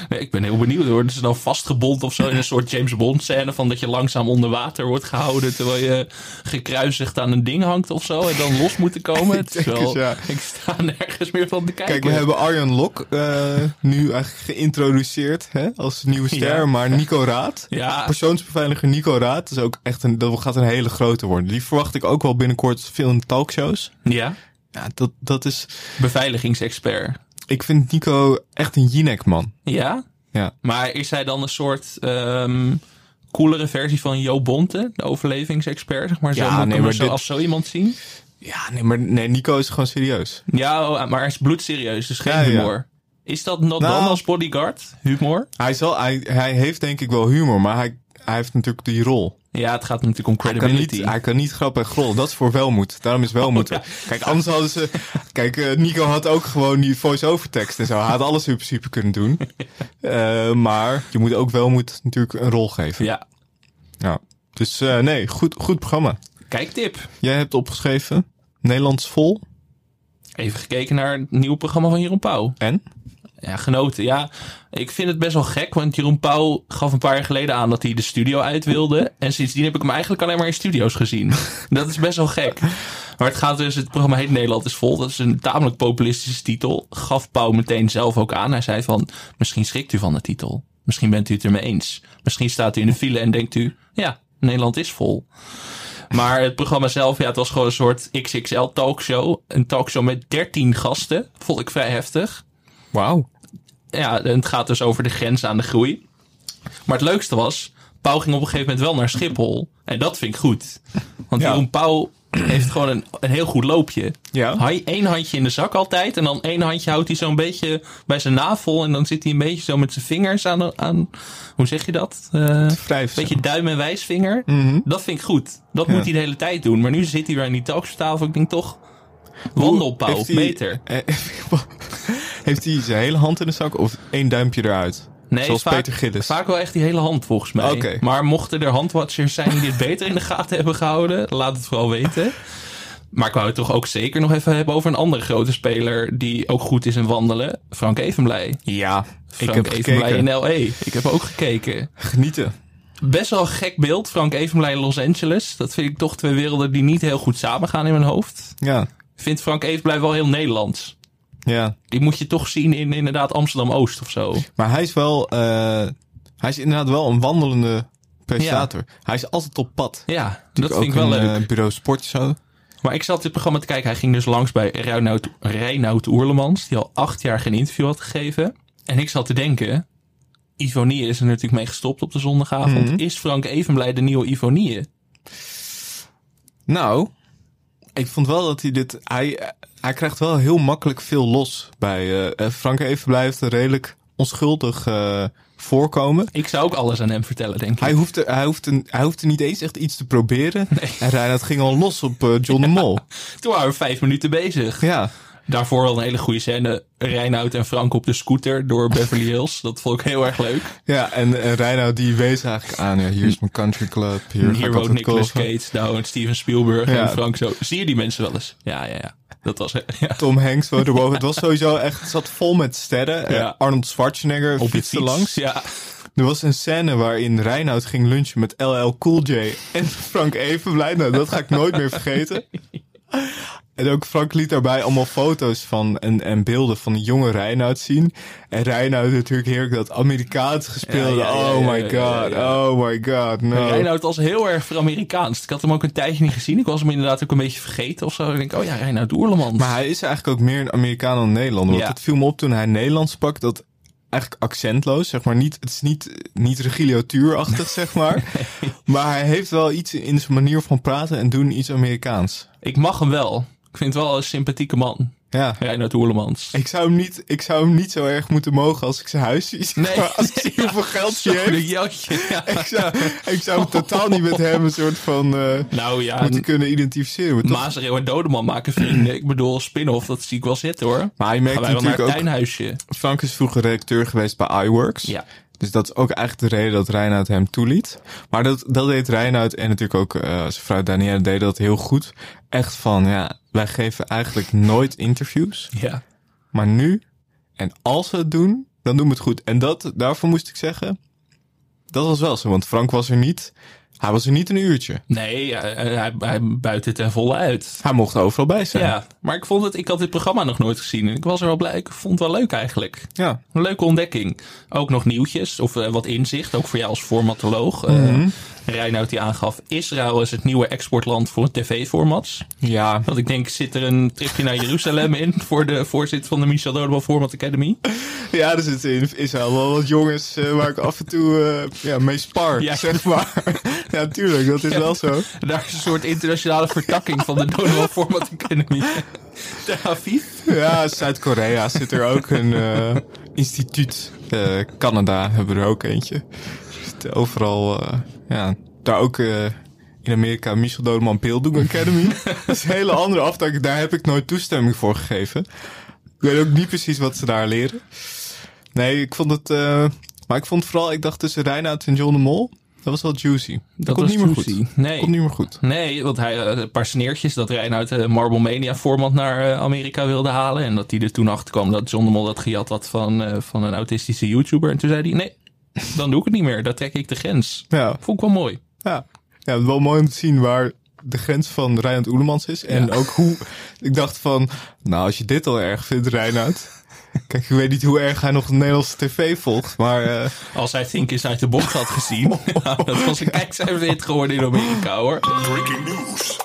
B: Nee, ik ben heel benieuwd. Worden ze dan vastgebond nou of zo in een soort James Bond scène? Van dat je langzaam onder water wordt gehouden terwijl je gekruisigd aan een ding hangt of zo. En dan los moeten
A: [LAUGHS]
B: komen. Het is
A: denk
B: wel,
A: het, ja.
B: [LAUGHS] Ik sta nergens meer van te kijken.
A: Kijk, we hebben Arjan Lok eh, nu eigenlijk geïntroduceerd hè, als nieuwe ster.
B: Ja.
A: Maar Nico Raad, [LAUGHS]
B: Ja.
A: persoonsbeveiliger Nico Raad, is ook echt een, dat gaat een hele grote worden. Die verwacht ik ook wel binnenkort veel in talkshows.
B: Ja,
A: Ja, dat, dat is...
B: beveiligingsexpert.
A: Ik vind Nico echt een Jinek man.
B: Ja?
A: Ja.
B: Maar is hij dan een soort ehm coolere versie van Jo Bonte, de overlevingsexpert? Zeg maar. Zo
A: Ja,
B: moet ik
A: nee,
B: hem
A: maar
B: zo
A: dit-
B: als zo iemand zien?
A: Ja, nee, maar nee, Nico is gewoon serieus.
B: Ja, oh, maar hij is bloedserieus, dus geen
A: Ja, ja.
B: humor. Is dat not
A: Nou.
B: dan als bodyguard? Humor?
A: Hij, is wel, hij, hij heeft denk ik wel humor, maar hij, hij heeft natuurlijk die rol.
B: Ja, het gaat natuurlijk om
A: Hij kan, niet,
B: credibility.
A: hij kan niet grap en grol. Dat is voor welmoed. Daarom is [LAUGHS] welmoed. Kijk, anders hadden ze... Kijk, eh, Nico had ook gewoon die voice-over tekst en zo. Hij had alles in principe kunnen [LAUGHS] doen. Eh, maar je moet ook welmoed natuurlijk een rol geven.
B: Ja,
A: Ja. Dus eh, nee, goed, goed programma.
B: kijktip.
A: Jij hebt opgeschreven Nederlands vol
B: Even gekeken naar het nieuwe programma van Jeroen Pauw.
A: en...
B: Ja, genoten. Ja, ik vind het best wel gek, want Jeroen Pauw gaf een paar jaar geleden aan dat hij de studio uit wilde. En sindsdien heb ik hem eigenlijk alleen maar in studio's gezien. dat is best wel gek. Maar het gaat dus, het programma heet Nederland is vol. Dat is een tamelijk populistische titel. Gaf Pauw meteen zelf ook aan. Hij zei van, misschien schrikt u van de titel. Misschien bent u het ermee eens. Misschien staat u in de file en denkt u, ja, Nederland is vol. Maar het programma zelf, ja, het was gewoon een soort XXL talkshow. Een talkshow met 13 gasten. Vond ik vrij heftig
A: Wauw.
B: ja, en het gaat dus over de grens aan de groei. Maar het leukste was, Pauw ging op een gegeven moment wel naar Schiphol. En dat vind ik goed. Want
A: Ja.
B: Jeroen Pauw heeft gewoon een, een heel goed loopje.
A: Ja.
B: Hij één handje in de zak altijd. En dan één handje houdt hij zo'n beetje bij zijn navel. En dan zit hij een beetje zo met zijn vingers aan... aan hoe zeg je dat? Eh,
A: Vijf.
B: beetje duim en wijsvinger.
A: Mhm.
B: Dat vind ik goed. Dat moet hij de hele tijd doen. Maar nu zit hij weer aan die talkstafel. Ik denk toch, wandelpauw,
A: Heeft hij-
B: beter.
A: eh, [LAUGHS] Heeft hij zijn hele hand in de zak of één duimpje eruit?
B: Nee,
A: Zoals
B: vaak,
A: Peter Gillis.
B: vaak wel echt die hele hand volgens mij.
A: Oké.
B: Maar mochten er handwatchers zijn die
A: [LAUGHS]
B: dit beter in de gaten hebben gehouden, laat het vooral weten. Maar ik wou het toch ook zeker nog even hebben over een andere grote speler die ook goed is in wandelen. Frank Evenblij.
A: Ja, ik
B: Frank
A: heb
B: Evenblij
A: gekeken.
B: in L.A. Ik heb ook gekeken.
A: Genieten.
B: Best wel een gek beeld, Frank Evenblij in Los Angeles. Dat vind ik toch twee werelden die niet heel goed samengaan in mijn hoofd.
A: Ja,
B: Ik vind Frank Evenblij wel heel Nederlands.
A: ja.
B: Die moet je toch zien in inderdaad Amsterdam-Oost of zo.
A: Maar hij is wel... eh, hij is inderdaad wel een wandelende presentator. Hij is altijd op pad.
B: Ja, dat
A: ook
B: vind ik wel
A: in,
B: leuk.
A: eh, bureau sport zo.
B: Maar ik zat dit programma te kijken. Hij ging dus langs bij Reinoud, Reinoud Oerlemans, die al acht jaar geen interview had gegeven. En ik zat te denken, Ivonie is er natuurlijk mee gestopt op de zondagavond.
A: Mhm.
B: Is Frank Evenblij de nieuwe Ivonie?
A: Nou, ik vond wel dat hij dit... Hij, hij krijgt wel heel makkelijk veel los bij... eh, eh, Frank Evenblij heeft een redelijk onschuldig eh, voorkomen.
B: Ik zou ook alles aan hem vertellen, denk ik.
A: Hij hoefde, hij, hoefde, hij hoefde niet eens echt iets te proberen. En Reinhard ging al los op eh, John de Mol.
B: Toen waren we vijf minuten bezig.
A: Ja.
B: Daarvoor al een hele goede scène. Reinoud en Frank op de scooter door Beverly Hills. Dat vond ik heel erg leuk.
A: ja, en eh, Reinoud die wees eigenlijk aan. Ja, hier is mijn country club. Hier, ga
B: Hier
A: ik
B: woont
A: altijd
B: Nicolas
A: golfen.
B: Cage, nou en Steven Spielberg
A: Ja.
B: en Frank zo. Zie je die mensen wel eens? Ja, ja, ja. Dat was... Ja.
A: Tom Hanks woonde boven. Het was sowieso echt, het zat vol met sterren. Eh,
B: Ja.
A: Arnold Schwarzenegger
B: Op je
A: fietste
B: [LAUGHS] fiets.
A: langs.
B: Ja.
A: Er was een scène waarin Reinoud ging lunchen met LL Cool J en Frank Evenblij. Nou, dat ga ik nooit meer vergeten. En ook Frank liet daarbij allemaal foto's van en, en beelden van de jonge Reinoud zien. En Reinoud natuurlijk heerlijk dat Amerikaans gespeelde.
B: Ja, ja, ja,
A: oh
B: ja,
A: my
B: ja,
A: god,
B: ja, ja.
A: oh my god, no.
B: Reinoud was heel erg voor-Amerikaans. Ik had hem ook een tijdje niet gezien. Ik was hem inderdaad ook een beetje vergeten of zo. Ik denk, oh ja, Reinoud Oerlemans.
A: Maar hij is eigenlijk ook meer een Amerikaan dan een Nederlander.
B: Ja.
A: Want het viel me op toen hij Nederlands pak dat eigenlijk accentloos, zeg maar. Niet, het is niet, niet regiliotuurachtig, zeg
B: [LAUGHS]
A: maar. Maar hij heeft wel iets in zijn manier van praten en doen iets Amerikaans.
B: Ik mag hem wel. Ik vind het wel een sympathieke man.
A: Ja.
B: Reinoud Oerlemans.
A: Ik zou, hem niet, ik zou hem niet zo erg moeten mogen als ik zijn huis zie. zeg
B: Nee.
A: maar.
B: [LAUGHS]
A: als ik zie hoeveel geld hij
B: Zo'n
A: heeft.
B: jasje. Ja.
A: Ik zou, ik zou hem totaal niet met hem een soort van... eh,
B: Nou ja,
A: moeten kunnen identificeren. Maar, toch-
B: Mazereel en Dodeman maken vrienden. Ik bedoel, spin-off, dat zie ik wel zitten hoor.
A: maar je
B: Gaan
A: merkt
B: wij wel naar
A: natuurlijk
B: het
A: ook...
B: tuinhuisje.
A: Frank is vroeger redacteur geweest bij iWorks.
B: Ja.
A: Dus dat is ook eigenlijk de reden dat Reinoud hem toeliet. Maar dat, dat deed Reinoud en natuurlijk ook eh, zijn vrouw Danielle deed dat heel goed. Echt van, ja, wij geven eigenlijk nooit interviews.
B: Ja.
A: Maar nu, en als we het doen, dan doen we het goed. En dat, daarvoor moest ik zeggen, dat was wel zo. Want Frank was er niet, hij was er niet een uurtje.
B: Nee, hij, hij, hij buit het ten volle uit.
A: Hij mocht overal bij zijn.
B: Ja, maar ik vond het, ik had dit programma nog nooit gezien. En ik was er wel blij, ik vond het wel leuk eigenlijk.
A: ja.
B: Een leuke ontdekking. Ook nog nieuwtjes of eh, wat inzicht, ook voor jou als formatoloog. Eh Reinoud die aangaf, Israël is het nieuwe exportland voor tv-formats.
A: Ja.
B: Want ik denk, zit er een tripje naar Jeruzalem in [LAUGHS] voor de voorzitter van de Michel Dodeman Format Academy?
A: Ja, dus er zitten in Israël wel wat jongens eh, waar ik af en toe eh, ja, mee spar,
B: Ja.
A: zeg
B: [LAUGHS]
A: maar. ja, tuurlijk, dat is wel zo.
B: En Daar is een soort internationale vertakking van de Dodeman Format Academy. [LAUGHS] Tel Aviv.
A: Ja, Zuid-Korea zit er ook een eh, instituut. Eh, Canada hebben er ook eentje. Er zitten overal, eh, ja, daar ook eh, in Amerika Michel Dodeman Pildung
B: [LAUGHS]
A: Academy. dat is een hele andere afdeling, daar heb ik nooit toestemming voor gegeven. Ik weet ook niet precies wat ze daar leren. Nee, ik vond het, eh, maar ik vond vooral, ik dacht tussen Reinoud en John de Mol, dat was wel juicy. Dat, komt
B: was
A: niet meer
B: juicy.
A: goed.
B: Nee.
A: Komt niet meer goed.
B: Nee, want hij, eh, een paar sneertjes dat Reinhard de Marble Mania format naar eh, Amerika wilde halen. En dat hij er toen achter kwam dat John de Mol dat gejat had van, eh, van een autistische YouTuber. En toen zei hij, nee, dan doe ik het niet meer. Daar trek ik de grens.
A: Ja.
B: Vond ik wel mooi.
A: Ja. ja, wel mooi om te zien waar de grens van Reinhard Oelemans is. En ook hoe... Ik dacht van, nou, als je dit al erg vindt, Reinhard... Kijk, ik weet niet hoe erg hij nog de Nederlandse tv volgt, maar... eh,
B: Als hij Think Inside the Box had gezien, [LAUGHS] nou, dat was een kijkcijferhit geworden in Amerika hoor.
D: Breaking news.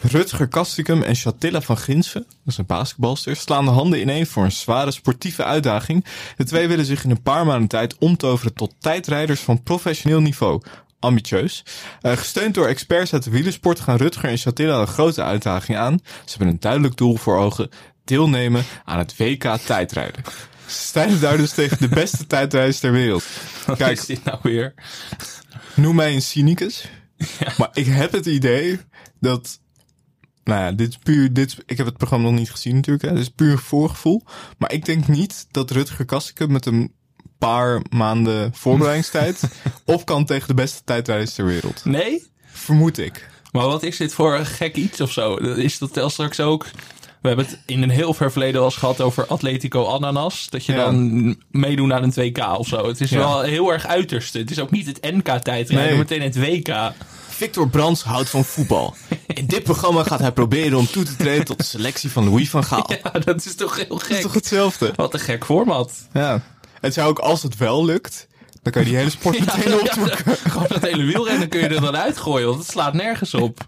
A: Rutger Kastikum en Chatilla van Ginsen, dat is een basketbalster, slaan de handen ineen voor een zware sportieve uitdaging. De twee willen zich in een paar maanden tijd omtoveren tot tijdrijders van professioneel niveau. Ambitieus. Eh, gesteund door experts uit de wielersport gaan Rutger en Chatilla een grote uitdaging aan. Ze hebben een duidelijk doel voor ogen: deelnemen aan het WK tijdrijden. Ze strijden daar dus tegen de beste tijdrijders ter wereld.
B: Kijk.
A: Kijk,
B: is dit nou weer?
A: Noem mij een
B: [LAUGHS]
A: cynicus. Maar ik heb het idee dat. Nou ja, dit is puur. Dit is- ik heb het programma nog niet gezien, natuurlijk. Hè. Dit is puur voorgevoel. Maar ik denk niet dat Rutger Kassikum met een paar maanden
B: [LAUGHS]
A: voorbereidingstijd. op kan tegen de beste tijdrijders ter wereld.
B: Nee?
A: Vermoed ik.
B: Maar wat is dit voor een gek iets of zo? Is dat tel straks ook? We hebben het in een heel ver verleden wel eens gehad over Atletico Ananas. Dat je
A: Ja.
B: dan meedoet aan een 2K of zo. Het is wel heel erg uiterste. Het is ook niet het NK-tijdrijden,
A: Nee.
B: maar meteen het WK.
A: Victor Brands houdt van voetbal. In dit programma gaat hij proberen om toe te treden tot de selectie van Louis van Gaal.
B: Ja, [LAUGHS] dat is toch heel
A: Dat
B: gek.
A: is toch hetzelfde?
B: Wat een gek format.
A: Ja. Het zou ook als het wel lukt. Dan kan je die hele sport
B: [LAUGHS] Ja,
A: meteen
B: ja,
A: opdoen.
B: [LAUGHS] gewoon dat hele wielrennen kun je er dan uitgooien, want het slaat nergens op.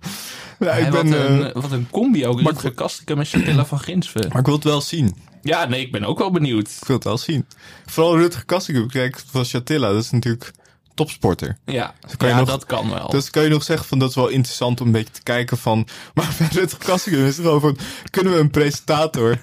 A: Ja,
B: En
A: ik
B: wat,
A: ben, eh,
B: een, wat een combi ook. Rutger Kastikum en Chatilla van Ginsven.
A: Maar ik wil het wel zien.
B: Ja, nee, ik ben ook wel benieuwd.
A: Ik wil het wel zien. Vooral Rutger Kastikum. Kijk, van Chatilla, dat is natuurlijk topsporter.
B: Ja,
A: kan je
B: ja
A: nog-
B: dat kan wel.
A: Dus kan je nog zeggen van dat is wel interessant om een beetje te kijken van. [LAUGHS] Maar bij het Kassingen is het gewoon van kunnen we een presentator? [LAUGHS]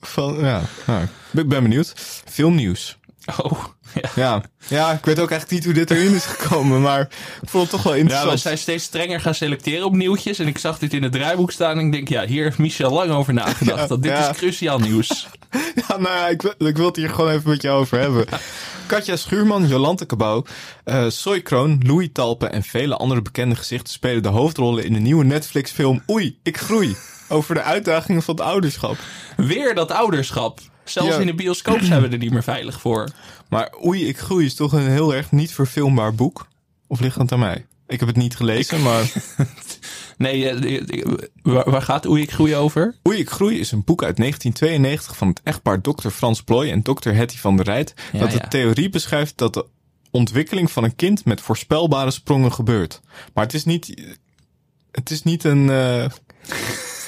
A: Van ja, nou, ik ben benieuwd. Filmnieuws.
B: Oh, [LAUGHS] ja.
A: Ja. ja, ik weet ook echt niet hoe dit erin is gekomen, maar ik vond het toch wel
B: Ja, we
A: interessant.
B: zijn steeds strenger gaan selecteren op nieuwtjes. En ik zag dit in het draaiboek staan. En ik denk, ja, hier heeft Michel lang over nagedacht. dat dit
A: ja.
B: is cruciaal nieuws.
A: [LAUGHS] Ja, nou ja, ik, wil- ik wil het hier gewoon even met jou over hebben. [LAUGHS] Katja Schuurman, Jolante Cabau, eh Soy Kroon, Louis Talpe en vele andere bekende gezichten spelen de hoofdrollen in de nieuwe Netflix-film Oei, ik groei. Over de uitdagingen van het ouderschap.
B: Weer dat ouderschap. Zelfs
A: Ja.
B: in de bioscoop zijn we er niet meer veilig voor.
A: Maar Oei, ik groei is toch een heel erg niet verfilmbaar boek? Of ligt dat aan mij? Ik heb het niet gelezen, [LAUGHS] maar
B: Nee, eh, eh, eh, waar, waar gaat Oei, ik groei over?
A: Oei, ik groei is een boek uit 1992 van het echtpaar Dr. Frans Plooi en Dr. Hetty van der Rijt.
B: Ja,
A: dat de
B: ja.
A: theorie beschrijft dat de ontwikkeling van een kind met voorspelbare sprongen gebeurt. Maar het is niet, het is niet een,
B: [LAUGHS]
A: eh, er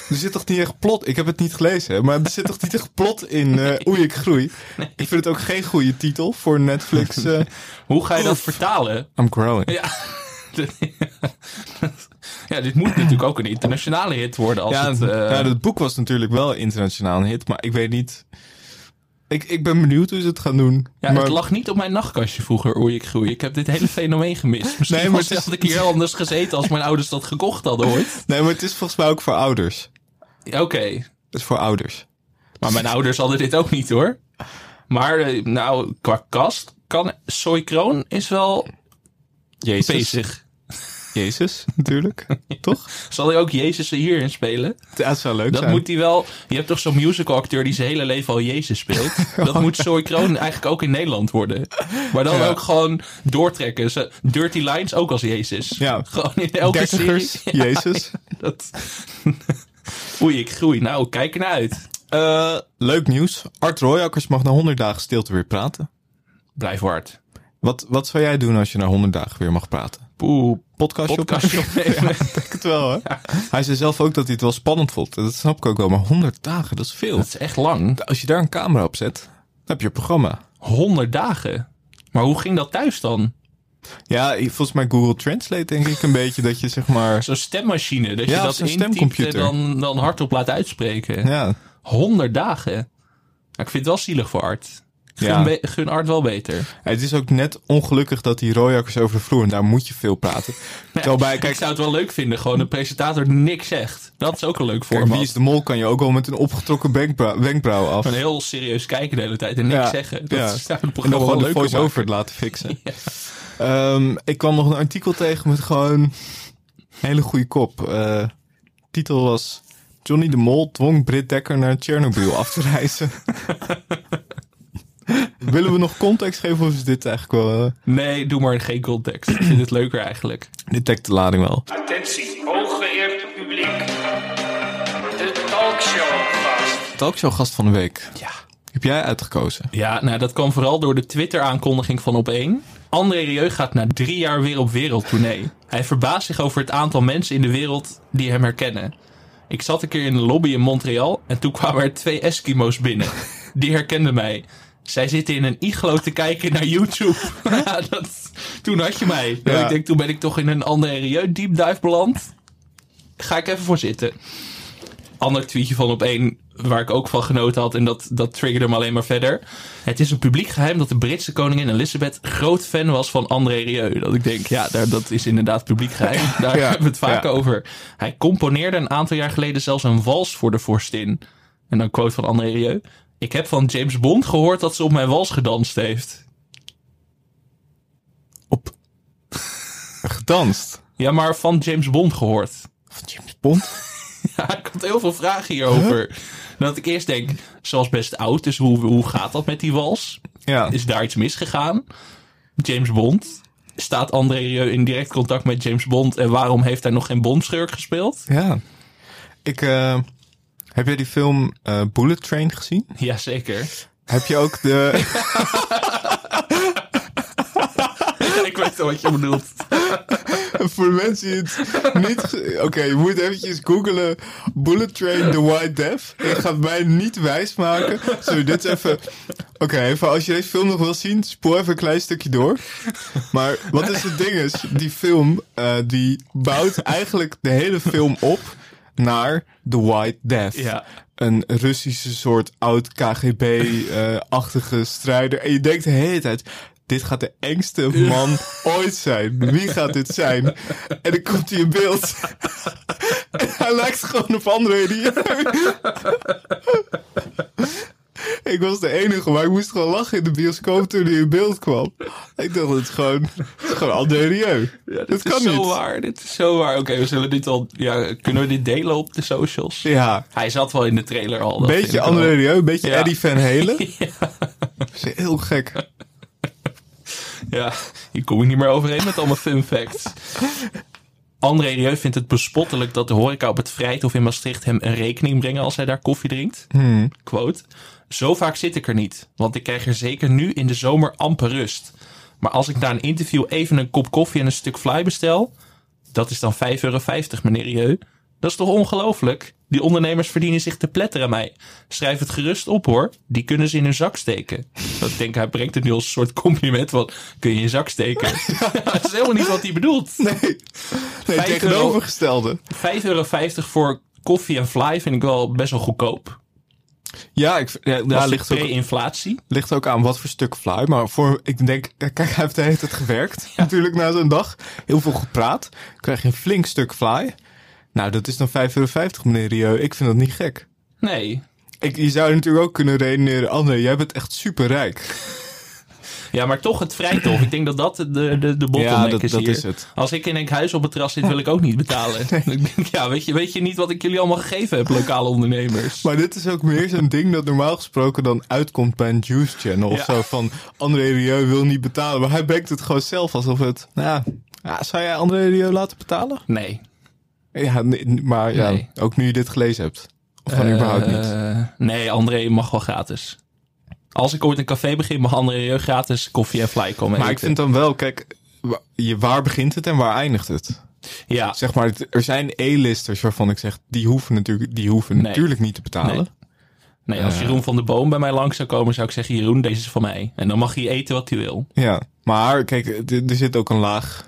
A: zit toch niet echt plot, ik heb het niet gelezen, hè, maar er zit toch niet echt plot in eh, Oei, ik groei. Ik vind het ook geen goede titel voor
B: [LAUGHS]
A: Netflix. eh,
B: Hoe ga je dat
A: Oef.
B: vertalen? [LAUGHS]
A: I'm growing.
B: Ja. ja, dit moet natuurlijk ook een internationale hit worden. Als
A: ja,
B: het, eh,
A: ja, dat boek was natuurlijk wel internationaal een hit, maar ik weet niet. Ik, ik ben benieuwd hoe ze het gaan doen.
B: ja,
A: maar,
B: het lag niet op mijn nachtkastje vroeger, Oei, ik groei. Ik heb dit hele fenomeen gemist. Misschien
A: Nee,
B: nee,
A: maar
B: maar
A: het is-
B: had ik hier heel anders gezeten als mijn ouders dat gekocht
A: [LAUGHS]
B: hadden ooit.
A: Nee, maar het is volgens mij ook voor ouders.
B: Oké,
A: Het is voor ouders.
B: maar mijn ouders hadden dit ook niet hoor. Maar eh, nou, qua kast kan Soy Kroon is wel
A: Jezus.
B: [LAUGHS] bezig.
A: Jezus,
B: [LAUGHS]
A: natuurlijk. Toch?
B: Zal hij ook Jezus er hierin spelen?
A: Ja, dat zou leuk
B: Dat
A: zijn.
B: moet hij wel. Je hebt toch zo'n musical acteur die zijn hele leven al Jezus
A: [LAUGHS]
B: speelt. Dat moet Soy Kroon eigenlijk ook in Nederland worden. Maar dan
A: Ja.
B: ook gewoon doortrekken. Ze- Dirty Lines ook als Jezus.
A: Ja.
B: [LAUGHS] Gewoon in elke serie. [LAUGHS]
A: Dertigers, Jezus.
B: Dat... [LAUGHS] Oei, ik groei. Nou, kijk ernaar uit.
A: Eh, leuk nieuws. Art Royakkers mag na 100 dagen stilte weer praten.
B: Blijf hard.
A: Wat, wat zou jij doen als je na 100 dagen weer mag praten?
B: Poeh,
A: Podcastje
B: podcastje
A: opnemen?
B: opnemen.
A: [LAUGHS] Ik denk het wel, hè? Hij zei zelf ook dat hij het wel spannend vond. Dat snap ik ook wel, maar 100 dagen, dat is veel.
B: [LAUGHS] Dat is echt lang.
A: Als je daar een camera op zet, dan heb je een programma.
B: 100 dagen. Maar hoe ging dat thuis dan?
A: Ja, volgens mij Google Translate denk ik een [LAUGHS] beetje dat je zeg maar...
B: Zo'n stemmachine. Dat
A: Ja,
B: je dat
A: zo'n
B: intypt en
A: stemcomputer.
B: dan, dan hardop laat uitspreken.
A: Ja,
B: 100 dagen. Maar ik vind het wel zielig voor Art. Ik Gun,
A: Ja.
B: be- gun Art wel beter.
A: het is ook net ongelukkig dat die rooijakkers over de vloer en daar moet je veel praten. Terwijl bij,
B: Kijk,
A: kijk,
B: [LAUGHS] ik zou het wel leuk vinden. Gewoon een presentator die niks zegt. Dat is ook een leuk
A: kijk,
B: format.
A: wie is de mol kan je ook wel met een opgetrokken wenkbra- wenkbrauw af.
B: Gewoon heel serieus kijken de hele tijd en niks zeggen. Dat
A: ja.
B: is nou het
A: en dan
B: programma wel
A: gewoon de
B: leuker maken.
A: voice-over laten
B: [LAUGHS]
A: fixen. Ehm, ik kwam nog een artikel tegen met gewoon een hele goede kop. Eh, titel was... Johnny de Mol dwong Britt Dekker naar Tsjernobyl af te reizen. [LAUGHS] Willen we nog context geven of is dit eigenlijk wel... eh,
B: Nee, doe maar geen context. Ik vind het leuker eigenlijk.
A: dit dekt de lading wel.
D: Attentie, hooggeëerd publiek. De talkshow gast.
A: Talkshow gast van de week.
B: Ja.
A: Heb jij uitgekozen?
B: Ja, nou dat kwam vooral door de Twitter-aankondiging van Op1. André Rieu gaat na drie jaar weer op wereldtournee. Hij verbaast zich over het aantal mensen in de wereld die hem herkennen. Ik zat een keer in de lobby in Montreal en toen kwamen er twee Eskimo's binnen. Die herkenden mij. Zij zitten in een iglo te kijken naar YouTube. [LAUGHS] Ja, dat, toen had je mij. Nou,
A: Ja.
B: Ik denk, toen ben ik toch in een André Rieu deep dive beland. Ga ik even voor zitten. ander tweetje van op één waar ik ook van genoten had. En dat, dat triggerde me alleen maar verder. Het is een publiek geheim dat de Britse koningin Elizabeth groot fan was van André Rieu. Dat ik denk, ja, daar, dat is inderdaad publiek geheim.
A: [LAUGHS]
B: Daar
A: Ja,
B: hebben we het vaak
A: ja.
B: over. Hij componeerde een aantal jaar geleden zelfs een wals voor de vorstin. En dan quote van André Rieu. Ik heb van James Bond gehoord dat ze op mijn wals gedanst heeft.
A: Op. Gedanst.
B: Ja, maar van James Bond gehoord. [LAUGHS]
A: Van James Bond?
B: Ja, ik had heel veel vragen hierover. Dat ik eerst denk, zoals best oud, dus hoe, hoe gaat dat met die wals?
A: Ja.
B: Is daar iets misgegaan? James Bond? Staat André Rieu in direct contact met James Bond? En waarom heeft hij nog geen Bond-schurk gespeeld?
A: Ja. Ik, eh, heb jij die film eh, Bullet Train gezien?
B: [LAUGHS] [LAUGHS] Jazeker.
A: Heb je ook de...
B: ik weet wel wat je bedoelt.
A: [LAUGHS] Voor de mensen die het niet... ge- Oké, je moet eventjes googlen Bullet Train The White Death. Ik ga het mij niet wijs maken. Zo, dit is even... Oké, even als je deze film nog wil zien, spoor even een klein stukje door. Maar wat is het ding is, die film eh, die bouwt eigenlijk de hele film op naar The White Death.
B: Ja.
A: Een Russische soort oud KGB-achtige [LAUGHS] strijder. En je denkt de hele tijd, dit gaat de engste man ooit zijn. Wie gaat dit zijn? En dan komt hij in
B: [LAUGHS]
A: beeld. en hij lijkt gewoon op André die. [LAUGHS] Ik was de enige, maar ik moest gewoon lachen in de bioscoop toen hij in beeld kwam. Ik dacht, het is gewoon, het is gewoon André Rieu. dat
B: dit
A: kan
B: is zo
A: niet.
B: waar, dit is zo waar. Oké, we zullen dit al... Ja, kunnen we dit delen op de socials?
A: Ja,
B: Hij zat wel in de trailer al. dat vind
A: beetje
B: ik wel.
A: André Rieu, beetje
B: Ja.
A: Eddie Van
B: [LAUGHS]
A: Helen. Dat is heel gek.
B: Ja, hier kom ik niet meer overheen met allemaal fun facts. André Rieu vindt het bespottelijk dat de horeca op het Vrijthof in Maastricht hem een rekening brengen als hij daar koffie drinkt. Quote. Zo vaak zit ik er niet, want ik krijg er zeker nu in de zomer amper rust. Maar als ik na een interview even een kop koffie en een stuk fly bestel, dat is dan 5,50 euro, meneer Rieu. Dat is toch ongelooflijk? Die ondernemers verdienen zich te pletteren aan mij. Schrijf het gerust op hoor. Die kunnen ze in hun zak steken. Dat ik denk, hij brengt het nu als een soort compliment. Want kun je in je zak steken? dat is helemaal niet wat hij bedoelt.
A: Nee, nee
B: euro.
A: tegenovergestelde.
B: 5,50 euro voor koffie en fly vind ik wel best wel goedkoop.
A: Ja, ik, ja daar
B: Dat ligt
A: ligt, ook,
B: pre-inflatie.
A: ligt ook aan wat voor stuk fly. Maar voor, ik denk, kijk, hij heeft de hele tijd gewerkt. Natuurlijk na zo'n dag. Heel veel gepraat. Krijg je een flink stuk fly. Nou, dat is dan 5,50 euro, meneer Rieu. Ik vind dat niet gek.
B: Nee.
A: Ik, je zou natuurlijk ook kunnen redeneren, André, jij bent echt superrijk.
B: Ja, maar toch het vrijtof. Ik denk dat dat de, de, de bottleneck
A: Ja, dat-
B: is
A: dat
B: hier.
A: is het.
B: Als ik in een huis op het terras zit, wil ik ook niet
A: [LAUGHS]
B: betalen. Ik denk, ja, weet je, weet je niet wat ik jullie allemaal gegeven heb, lokale ondernemers?
A: Maar dit is ook meer zo'n ding dat normaal gesproken dan uitkomt bij een Juice Channel of
B: Ja.
A: zo. Van André Rieu wil niet betalen. Maar hij brengt het gewoon zelf alsof het, nou ja, zou jij André Rieu laten betalen?
B: Nee.
A: Ja, nee, maar ja,
B: Nee.
A: ook nu je dit gelezen hebt. Of dan überhaupt niet.
B: Eh, Nee, André mag wel gratis. Als ik ooit een café begin, mag André gratis koffie en fly komen
A: Maar ik
B: eten.
A: vind dan wel, kijk, wa- je, waar begint het en waar eindigt het?
B: Ja,
A: Zeg maar, het- er zijn E-listers waarvan ik zeg, die hoeven natuurlijk, die hoeven
B: Nee.
A: natuurlijk niet te betalen.
B: Nee. nee, als Jeroen van de Boom bij mij langs zou komen, zou ik zeggen... Jeroen, deze is van mij. En dan mag hij eten wat hij wil.
A: Ja, maar kijk, d- er zit ook een laag. [LAUGHS]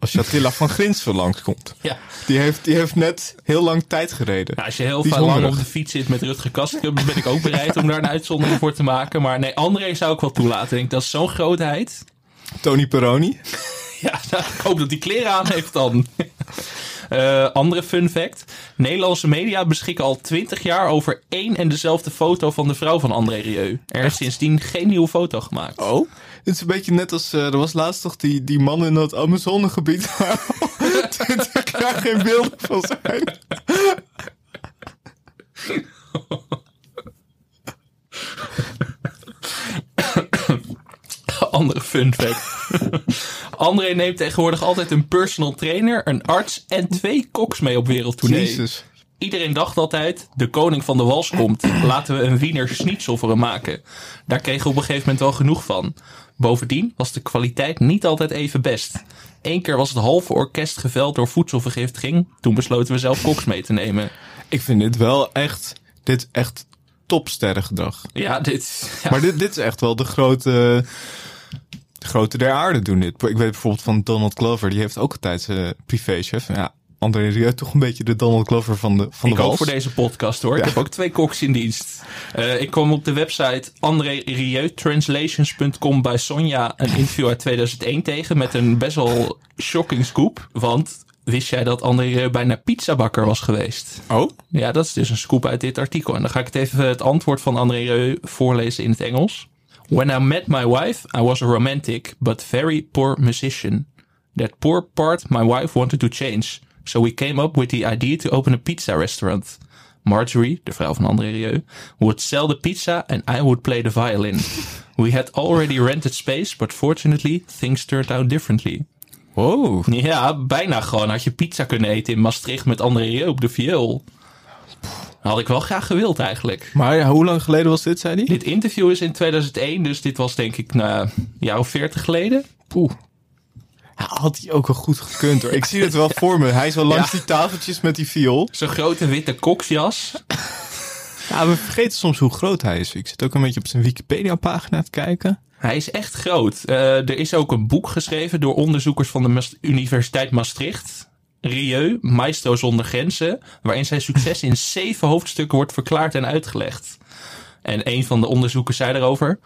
A: Als Chatilla van Grinsven langskomt.
B: Ja.
A: Die heeft, die heeft net heel lang tijd gereden.
B: Nou, als je heel
A: Die is
B: vaak lang op
A: hongerig.
B: de fiets zit met Rutger Kastrikum, dan ben ik ook bereid om daar een uitzondering voor te maken. Maar nee, André zou ik wel toelaten. Ik denk, dat is zo'n grootheid. [LAUGHS]
A: Tony Peroni.
B: Ja, nou, ik hoop dat hij kleren aan heeft dan. [LAUGHS] Eh, andere fun fact. Nederlandse media beschikken al twintig jaar over één en dezelfde foto van de vrouw van André Rieu. Er is sindsdien geen nieuwe foto gemaakt.
A: Oh. Het is een beetje net als, eh, er was laatst toch die, die man in dat Amazonegebied. [LAUGHS] waar er daar geen beelden van zijn.
B: [LAUGHS] Andere fun fact.
A: [LAUGHS]
B: André neemt tegenwoordig altijd een personal trainer, een arts en twee koks mee op wereldtournee.
A: Jezus.
B: Iedereen dacht altijd, de koning van de wals komt. Laten we een Wiener schnitzel voor hem maken. Daar kregen we op een gegeven moment wel genoeg van. Bovendien was de kwaliteit niet altijd even best. Eén keer was het halve orkest geveld door voedselvergiftiging. Toen besloten we zelf koks mee te nemen.
A: Ik vind dit wel echt, dit is echt topsterrengedrag.
B: Ja, dit... ja.
A: Maar dit, dit is echt wel de grote, de grote der aarde doen dit. Ik weet bijvoorbeeld van Donald Glover, die heeft ook altijd zijn privéchef. Ja, André Rieu toch een beetje de Donald Glover van de, van
B: Ik
A: de
B: ook
A: wals.
B: voor deze podcast hoor. Ik heb ook twee koks in dienst. Eh, ik kwam op de website andrerieutranslations.com bij Sonja een interview uit 2001 tegen met een best wel shocking scoop. Want wist jij dat André Rieu bijna pizzabakker was geweest?
A: Oh?
B: Ja, dat is dus een scoop uit dit artikel. En dan ga ik het even eh, het antwoord van André Rieu voorlezen in het Engels. When I met my wife, I was a romantic but very poor musician. That poor part my wife wanted to change. So we came up with the idea to open a pizza restaurant. Marjorie, de vrouw van André Rieu, would sell the pizza and I would play the violin. We had already rented space, but fortunately things turned out differently.
A: Wow.
B: Ja, bijna gewoon had je pizza kunnen eten in Maastricht met André Rieu op de viool. Had ik wel graag gewild eigenlijk.
A: Maar ja, hoe lang geleden was dit, zei hij?
B: Dit interview is in 2001, dus dit was denk ik nou, een jaar of veertig geleden.
A: Poeh. Had hij ook wel goed gekund hoor. Ik zie het [LAUGHS] wel voor me. Hij is wel langs die tafeltjes met die viool.
B: Zo'n grote witte koksjas.
A: Ja, we vergeten soms hoe groot hij is. Ik zit ook een beetje op zijn Wikipedia-pagina te kijken.
B: Hij is echt groot. Eh, er is ook een boek geschreven door onderzoekers van de Maas- Universiteit Maastricht. Rieu, Maestro zonder grenzen. Waarin zijn succes in zeven hoofdstukken wordt verklaard en uitgelegd. En een van de onderzoekers zei daarover.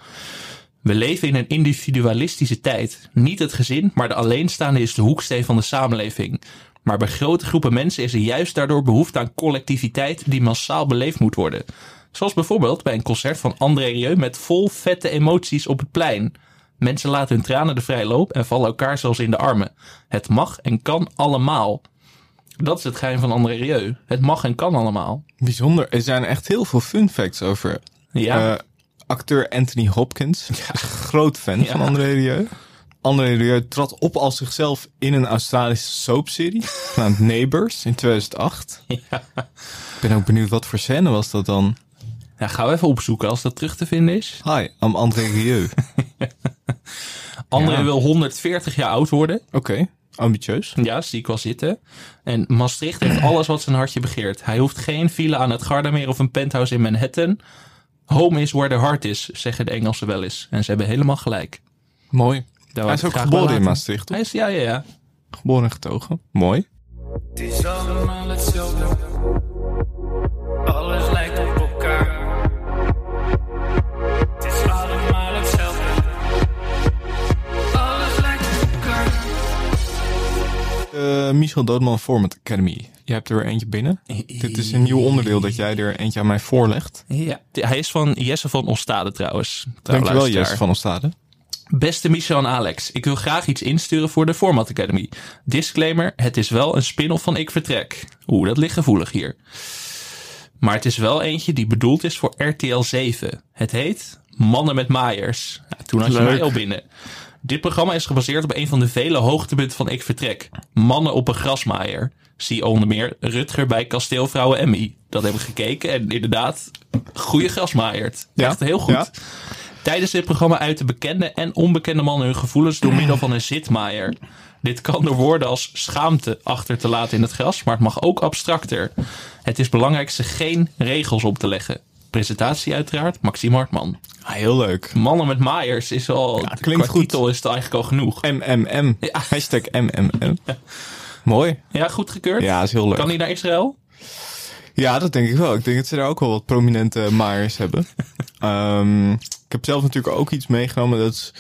B: We leven in een individualistische tijd. Niet het gezin, maar de alleenstaande is de hoeksteen van de samenleving. Maar bij grote groepen mensen is er juist daardoor behoefte aan collectiviteit die massaal beleefd moet worden. Zoals bijvoorbeeld bij een concert van André Rieu met vol vette emoties op het plein. Mensen laten hun tranen de vrij loop en vallen elkaar zelfs in de armen. Het mag en kan allemaal. Dat is het geheim van André Rieu. Het mag en kan allemaal.
A: Bijzonder. Er zijn echt heel veel fun facts over
B: Ja.
A: eh, acteur Anthony Hopkins. Groot fan van
B: Ja.
A: André Rieu. André Rieu trad op als zichzelf in een Australische [LAUGHS] soapserie. genaamd Neighbours in 2008. Ik ben ook benieuwd wat voor scène was dat dan.
B: ja, nou, gaan we even opzoeken als dat terug te vinden is.
A: Hi, I'm André Rieu. [LAUGHS] Oké,
B: André
A: Ja.
B: wil 140 jaar oud worden.
A: ambitieus.
B: Ja, zie ik wel zitten. En Maastricht
A: [CLEARS THROAT]
B: heeft alles wat zijn hartje begeert. Hij hoeft geen villa aan het Gardameer of een penthouse in Manhattan. Home is where the heart is, zeggen de Engelsen wel eens. En ze hebben helemaal gelijk.
A: Mooi.
B: Daar
A: Hij
B: wou
A: is
B: ik
A: ook
B: het graag
A: geboren
B: bij
A: in
B: laten.
A: Maastricht. toch?
B: Hij is, ja, ja, ja.
A: Geboren en getogen. Mooi.
D: Het is allemaal hetzelfde. Alles lijkt op elkaar. Het is allemaal hetzelfde. Alles lijkt op elkaar.
A: Eh, Michel Doodman Format Academy. Je hebt er weer eentje binnen. Dit is een nieuw onderdeel dat jij er eentje aan mij voorlegt.
B: ja. Hij is van Jesse van Ostade trouwens. Trouw
A: Dankjewel,
B: luisteraar.
A: Jesse van Ostade.
B: Beste Michel en Alex, ik wil graag iets insturen voor de Format Academy. Disclaimer, het is wel een spin-off van Ik Vertrek. Oeh, dat ligt gevoelig hier. Maar het is wel eentje die bedoeld is voor RTL 7. Het heet Mannen met Maaiers. Nou, toen had je mij al binnen. Dit programma is gebaseerd op een van de vele hoogtepunten van Ik Vertrek. Mannen op een grasmaaier. Zie onder meer Rutger bij Kasteelvrouwen Emmy. Dat heb ik gekeken en inderdaad, goede grasmaaiert.
A: Ja,
B: Echt heel goed.
A: ja.
B: Tijdens dit programma uiten bekende en onbekende mannen hun gevoelens door middel van een zitmaaier. Dit kan door woorden als schaamte achter te laten in het gras, maar het mag ook abstracter. Het is belangrijk ze geen regels op te leggen. Presentatie uiteraard, Maxime Hartman.
A: Ah, heel leuk.
B: Mannen met maaiers is al...
A: klinkt
B: qua
A: goed.
B: titel is het eigenlijk al genoeg.
A: MMM. Hashtag MMM. Mooi.
B: Ja, goedgekeurd?
A: Ja, is heel leuk.
B: Kan hij naar Israël?
A: Ja, dat denk ik wel. Ik denk dat ze daar ook wel wat prominente maaiers [LAUGHS] hebben. Ehm, ik heb zelf natuurlijk ook iets meegenomen. Dat is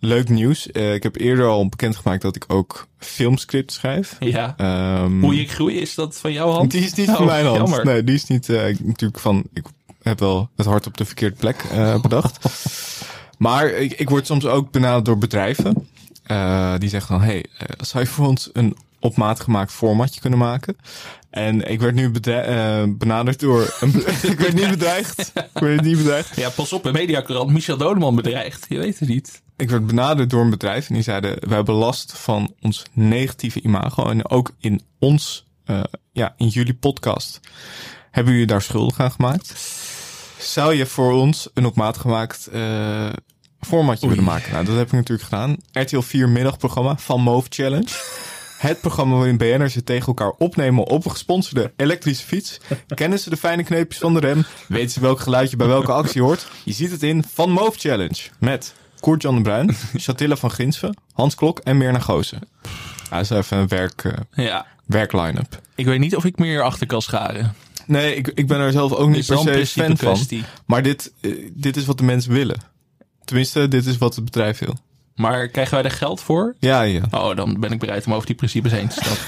A: leuk nieuws. Eh, ik heb eerder al bekendgemaakt dat ik ook filmscript schrijf.
B: Ja.
A: Ehm,
B: Hoe je groeien, is dat van jouw hand?
A: Die is niet
B: Oh,
A: van mijn hand.
B: jammer.
A: Nee, die is niet eh, ik- natuurlijk van. Ik heb wel het hart op de verkeerde plek eh,
B: [LAUGHS]
A: bedacht. maar ik, ik word soms ook benaderd door bedrijven. Eh, die zeggen dan: hey, eh, zou je voor ons een op maat gemaakt formatje kunnen maken? En ik werd nu bedre- eh, benaderd door. Een [LAUGHS] be- ik werd niet bedreigd. Ik werd niet bedreigd.
B: Ja, pas op, een mediacorant Michel Dodeman bedreigt. Je weet het niet.
A: Ik werd benaderd door een bedrijf en die zeiden: wij hebben last van ons negatieve imago. En ook in ons, eh, ja, in jullie podcast, hebben jullie daar schuldig aan gemaakt. Zou je voor ons een op maat gemaakt eh, formatje willen maken? Nou, dat heb ik natuurlijk gedaan. RTL 4 middagprogramma van Move Challenge. Het programma waarin BN'ers het tegen elkaar opnemen op een gesponsorde elektrische fiets. Kennen ze de fijne kneepjes van de rem? Weten ze welk geluidje bij welke actie hoort? Je ziet het in Van Move Challenge. Met Koert-Jan de Bruin, Chatilla van Ginsven, Hans Klok en Mirna Goosen. Ja, dat is even een werk, eh,
B: Ja.
A: werkline-up.
B: Ik weet niet of ik meer achter kan scharen.
A: Nee, ik, ik ben er zelf ook niet
B: Is wel
A: per
B: een
A: se fan
B: principe
A: van.
B: kwestie.
A: Maar dit, eh, dit is wat de mensen willen. Tenminste, dit is wat het bedrijf wil.
B: Maar krijgen wij er geld voor?
A: Ja, ja.
B: Oh, dan ben ik bereid om over die principes heen te stappen.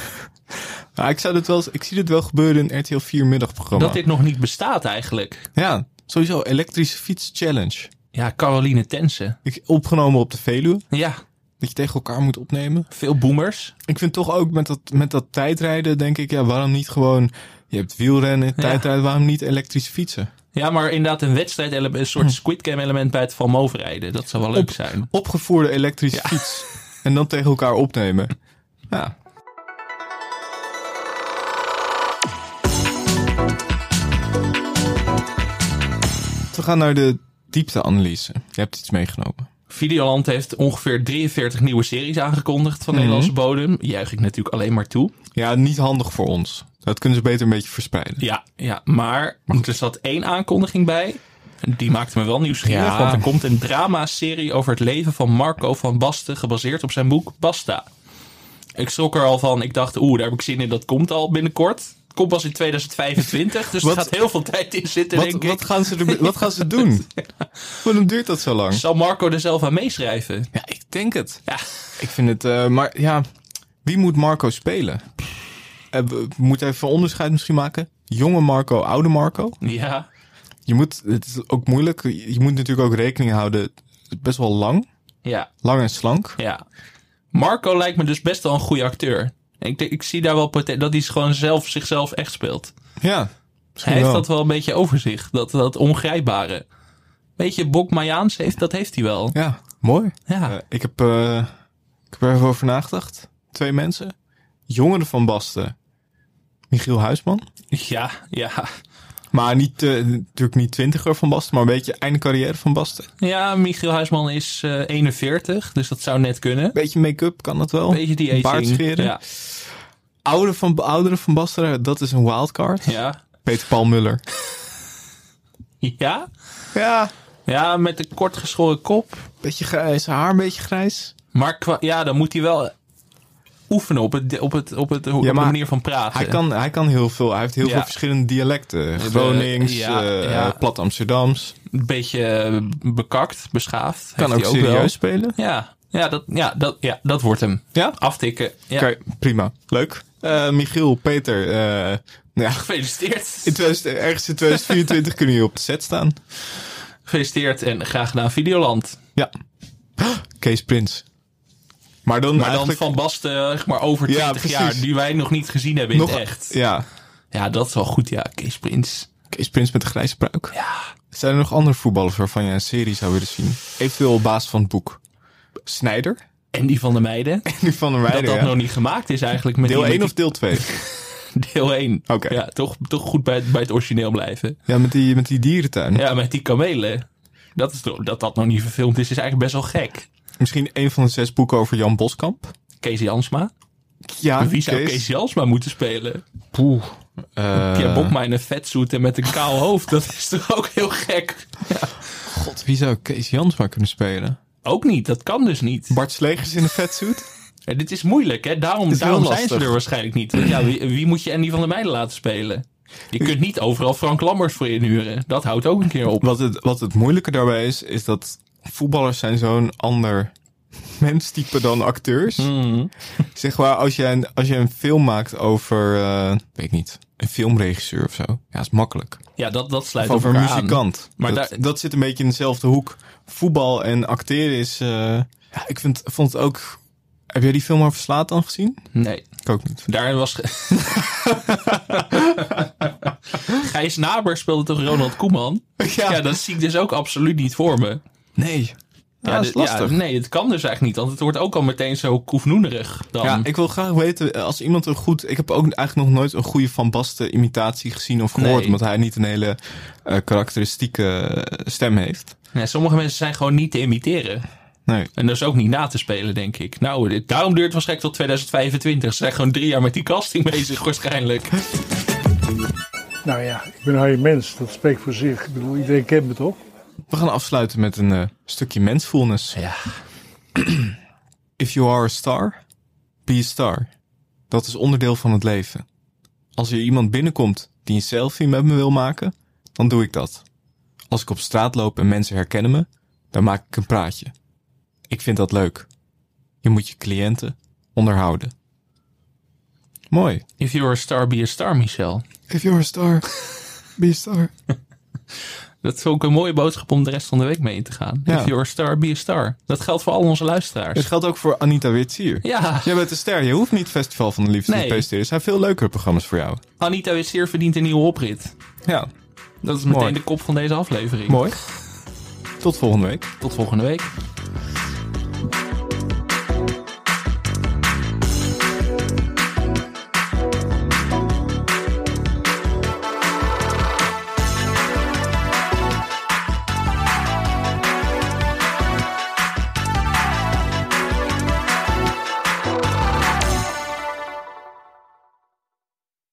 A: Nou, ik, zou dit wel, eens- ik zie dit wel gebeuren in RTL 4 middagprogramma.
B: Dat dit nog niet bestaat eigenlijk.
A: Ja, sowieso. Elektrische fiets challenge.
B: Ja, Caroline Tense.
A: Ik, opgenomen op de Veluwe.
B: Ja,
A: Dat je tegen elkaar moet opnemen.
B: veel boomers.
A: Ik vind toch ook met dat, met dat tijdrijden, denk ik, ja, waarom niet gewoon. Je hebt wielrennen, tijdrijden, waarom niet elektrisch fietsen?
B: Ja, maar inderdaad een wedstrijd, een
A: Hm.
B: soort Squid Game element bij het Van Moof rijden. Dat zou wel leuk zijn.
A: Opgevoerde elektrische fiets. En dan tegen elkaar opnemen. Ja. We gaan naar de diepteanalyse. Je hebt iets meegenomen.
B: Videoland heeft ongeveer 43 nieuwe series aangekondigd
A: Mhm.
B: van Nederlandse bodem. Juich ik natuurlijk alleen maar toe.
A: Ja, niet handig voor ons. Dat kunnen ze beter een beetje verspreiden.
B: Ja, ja maar er zat één aankondiging bij. Die maakte me wel nieuwsgierig,
A: Ja.
B: want er komt een drama-serie over het leven van Marco van Basten, gebaseerd op zijn boek Basta. Ik schrok er al van. Ik dacht, oeh, daar heb ik zin in. Dat komt al binnenkort. Het komt pas in 2025, dus
A: Wat-
B: er gaat heel veel tijd in zitten, denk
A: Wat,
B: ik.
A: wat, gaan ze er, wat gaan ze [LAUGHS] doen? Waarom duurt dat zo lang?
B: Zal Marco er zelf aan meeschrijven?
A: Ja, ik denk het.
B: Ja,
A: Ik vind het, eh, maar ja, wie moet Marco spelen? Eh, we we moeten even een onderscheid misschien maken. Jonge Marco, oude Marco.
B: ja.
A: Je moet, het is ook moeilijk. Je moet natuurlijk ook rekening houden. Het is Best wel lang.
B: ja.
A: Lang en slank.
B: Ja. Marco lijkt me dus best wel een goede acteur. Ik, denk- ik zie daar wel potentie dat hij gewoon zelf zichzelf echt speelt.
A: Ja.
B: Hij
A: misschien
B: heeft
A: wel.
B: dat wel een beetje over zich, dat, dat ongrijpbare. Weet je, Bok Majaans heeft, dat heeft hij wel.
A: Ja, mooi.
B: Ja.
A: Eh, ik, heb, eh, ik heb er even over nagedacht. Twee mensen. Jongeren van Basten. Michiel Huisman.
B: Ja, ja.
A: Maar niet, eh, natuurlijk niet twintiger van Basten, maar een beetje einde carrière van Basten.
B: Ja, Michiel Huisman is eh, 41, dus dat zou net kunnen.
A: Beetje make-up kan dat wel.
B: Beetje die aging.
A: Baard scheren.
B: Ja,
A: Oude van, ouderen van Basten, dat is een wildcard.
B: ja.
A: Peter Paul Muller.
B: Ja?
A: Ja,
B: Ja, met een kortgeschoren kop.
A: beetje grijs, haar een beetje grijs.
B: Maar qua, ja, dan moet hij wel oefenen op, het, op, het, op, het, op de
A: maar
B: manier van praten.
A: Hij kan, hij kan heel veel. Hij heeft heel
B: Ja.
A: veel verschillende dialecten. Gronings,
B: ja,
A: eh,
B: ja.
A: plat Amsterdams.
B: een beetje eh, bekakt, beschaafd.
A: Kan ook
B: Heeft hij
A: serieus
B: wel.
A: spelen.
B: Ja, ja, dat, ja, dat, ja, dat wordt hem.
A: Ja?
B: Aftikken. Ja.
A: Oké, prima. Leuk. Eh, Michiel, Peter, eh, nou ja, [LAUGHS]
B: Gefeliciteerd.
A: in 2000, ergens in 2024 kunnen jullie op de set staan.
B: Gefeliciteerd en graag gedaan Videoland.
A: Ja. Ah, Kees Prins. Maar dan,
B: Maar dan
A: eigenlijk
B: van Basten, eh, zeg maar over
A: Ja,
B: 20 jaar,
A: precies.
B: die wij nog niet gezien hebben in
A: nog
B: het echt.
A: Ja,
B: Ja, dat is wel goed, ja. Kees Prins.
A: Kees Prins met de grijze pruik. Ja. Zijn er nog andere voetballers waarvan je een serie zou willen zien? Eventueel op basis van het boek. Snijder. [LAUGHS]
B: En die van de meiden.
A: Die van de
B: Dat
A: Weijden,
B: dat
A: ja.
B: nog niet gemaakt is eigenlijk. Met
A: Deel
B: die-
A: 1 of
B: met
A: deel 2?
B: die- Deel 1.
A: Oké.
B: Ja, toch, toch goed bij, het- bij het origineel blijven.
A: [LAUGHS] Ja, met die, met die dierentuin.
B: Ja, met die kamelen. Dat, is, toch- dat dat nog niet verfilmd is, is eigenlijk best wel gek.
A: Misschien een van de zes boeken over Jan Boskamp.
B: Kees Jansma.
A: Ja,
B: Wie zou Kees Jansma moeten spelen?
A: Poeh. Eh,
B: Pierre Bokma in een vetsuit en met een kaal hoofd. [LAUGHS] Dat is toch ook heel gek?
A: God, wie zou Kees Jansma kunnen spelen?
B: Ook niet, dat kan dus niet.
A: Bart Slegers in een vetsuit?
B: En dit is moeilijk, hè? Daarom,
A: is heel
B: daarom zijn ze
A: lastig.
B: er waarschijnlijk niet. Want ja, wie, wie moet je Andy van der Meijden laten spelen? Je kunt niet overal Frank Lammers voor inhuren. Dat houdt ook een keer
A: [LAUGHS]
B: op.
A: Wat het, wat het moeilijke daarbij is, is dat voetballers zijn zo'n ander menstype dan acteurs.
B: Hmm.
A: [LAUGHS] Zeg maar, als je een, als je een film maakt over, eh, weet ik niet, een filmregisseur of zo. Ja, is makkelijk.
B: Ja, dat, dat sluit
A: Of over een
B: elkaar aan.
A: muzikant.
B: Maar
A: dat,
B: daar-
A: dat zit een beetje in dezelfde hoek. Voetbal en acteren is... eh, ja, ik vind, vond het ook... Heb jij die film over Slaat dan gezien?
B: Nee,
A: Ik ook niet.
B: daarin was... ge- [LAUGHS] Gijs Naber speelde toch Ronald Koeman?
A: [LAUGHS] Ja.
B: ja, dat zie ik dus ook absoluut niet voor me.
A: Nee. Ja, dat is
B: de-
A: lastig. Ja,
B: nee, het kan dus eigenlijk niet. Want het wordt ook al meteen zo koefnoenerig dan. Ja,
A: ik wil graag weten, eh, als iemand een goed... Ik heb ook eigenlijk nog nooit een goede Van Basten imitatie gezien of gehoord.
B: Nee.
A: Omdat hij niet een hele eh, karakteristieke eh, stem heeft.
B: sommige mensen zijn gewoon niet te imiteren.
A: Nee.
B: En dus ook niet na te spelen, denk ik. Nou, dit, daarom duurt het waarschijnlijk tot 2025. Ze zijn gewoon drie jaar met die casting [LAUGHS] bezig waarschijnlijk.
E: Nou ja, ik ben een harde mens, dat spreekt voor zich. Ik bedoel, iedereen kent me toch?
A: We gaan afsluiten met een eh, stukje mensfulness.
B: Ja.
A: [CLEARS THROAT] If you are a star, be a star. Dat is onderdeel van het leven. Als er iemand binnenkomt die een selfie met me wil maken, dan doe ik dat. Als ik op straat loop en mensen herkennen me, dan maak ik een praatje. Ik vind dat leuk. Je moet je cliënten onderhouden. Mooi.
B: If you're a star, be a star, Michel.
A: If you're a star, be a star.
B: Dat is ook een mooie boodschap om de rest van de week mee in te gaan.
A: Ja.
B: If you're a star, be a star. Dat geldt voor al onze luisteraars.
A: Dit geldt ook voor Anita Witsier.
B: Ja.
A: Jij bent een ster. Je hoeft niet Festival van de Liefde
B: Nee.
A: te presenteren. Er zijn veel leukere programma's voor jou.
B: Anita Wissier verdient een nieuwe oprit.
A: Ja,
B: Dat is meteen
A: Mooi.
B: de kop van deze aflevering.
A: mooi. Tot volgende week.
B: Tot volgende week.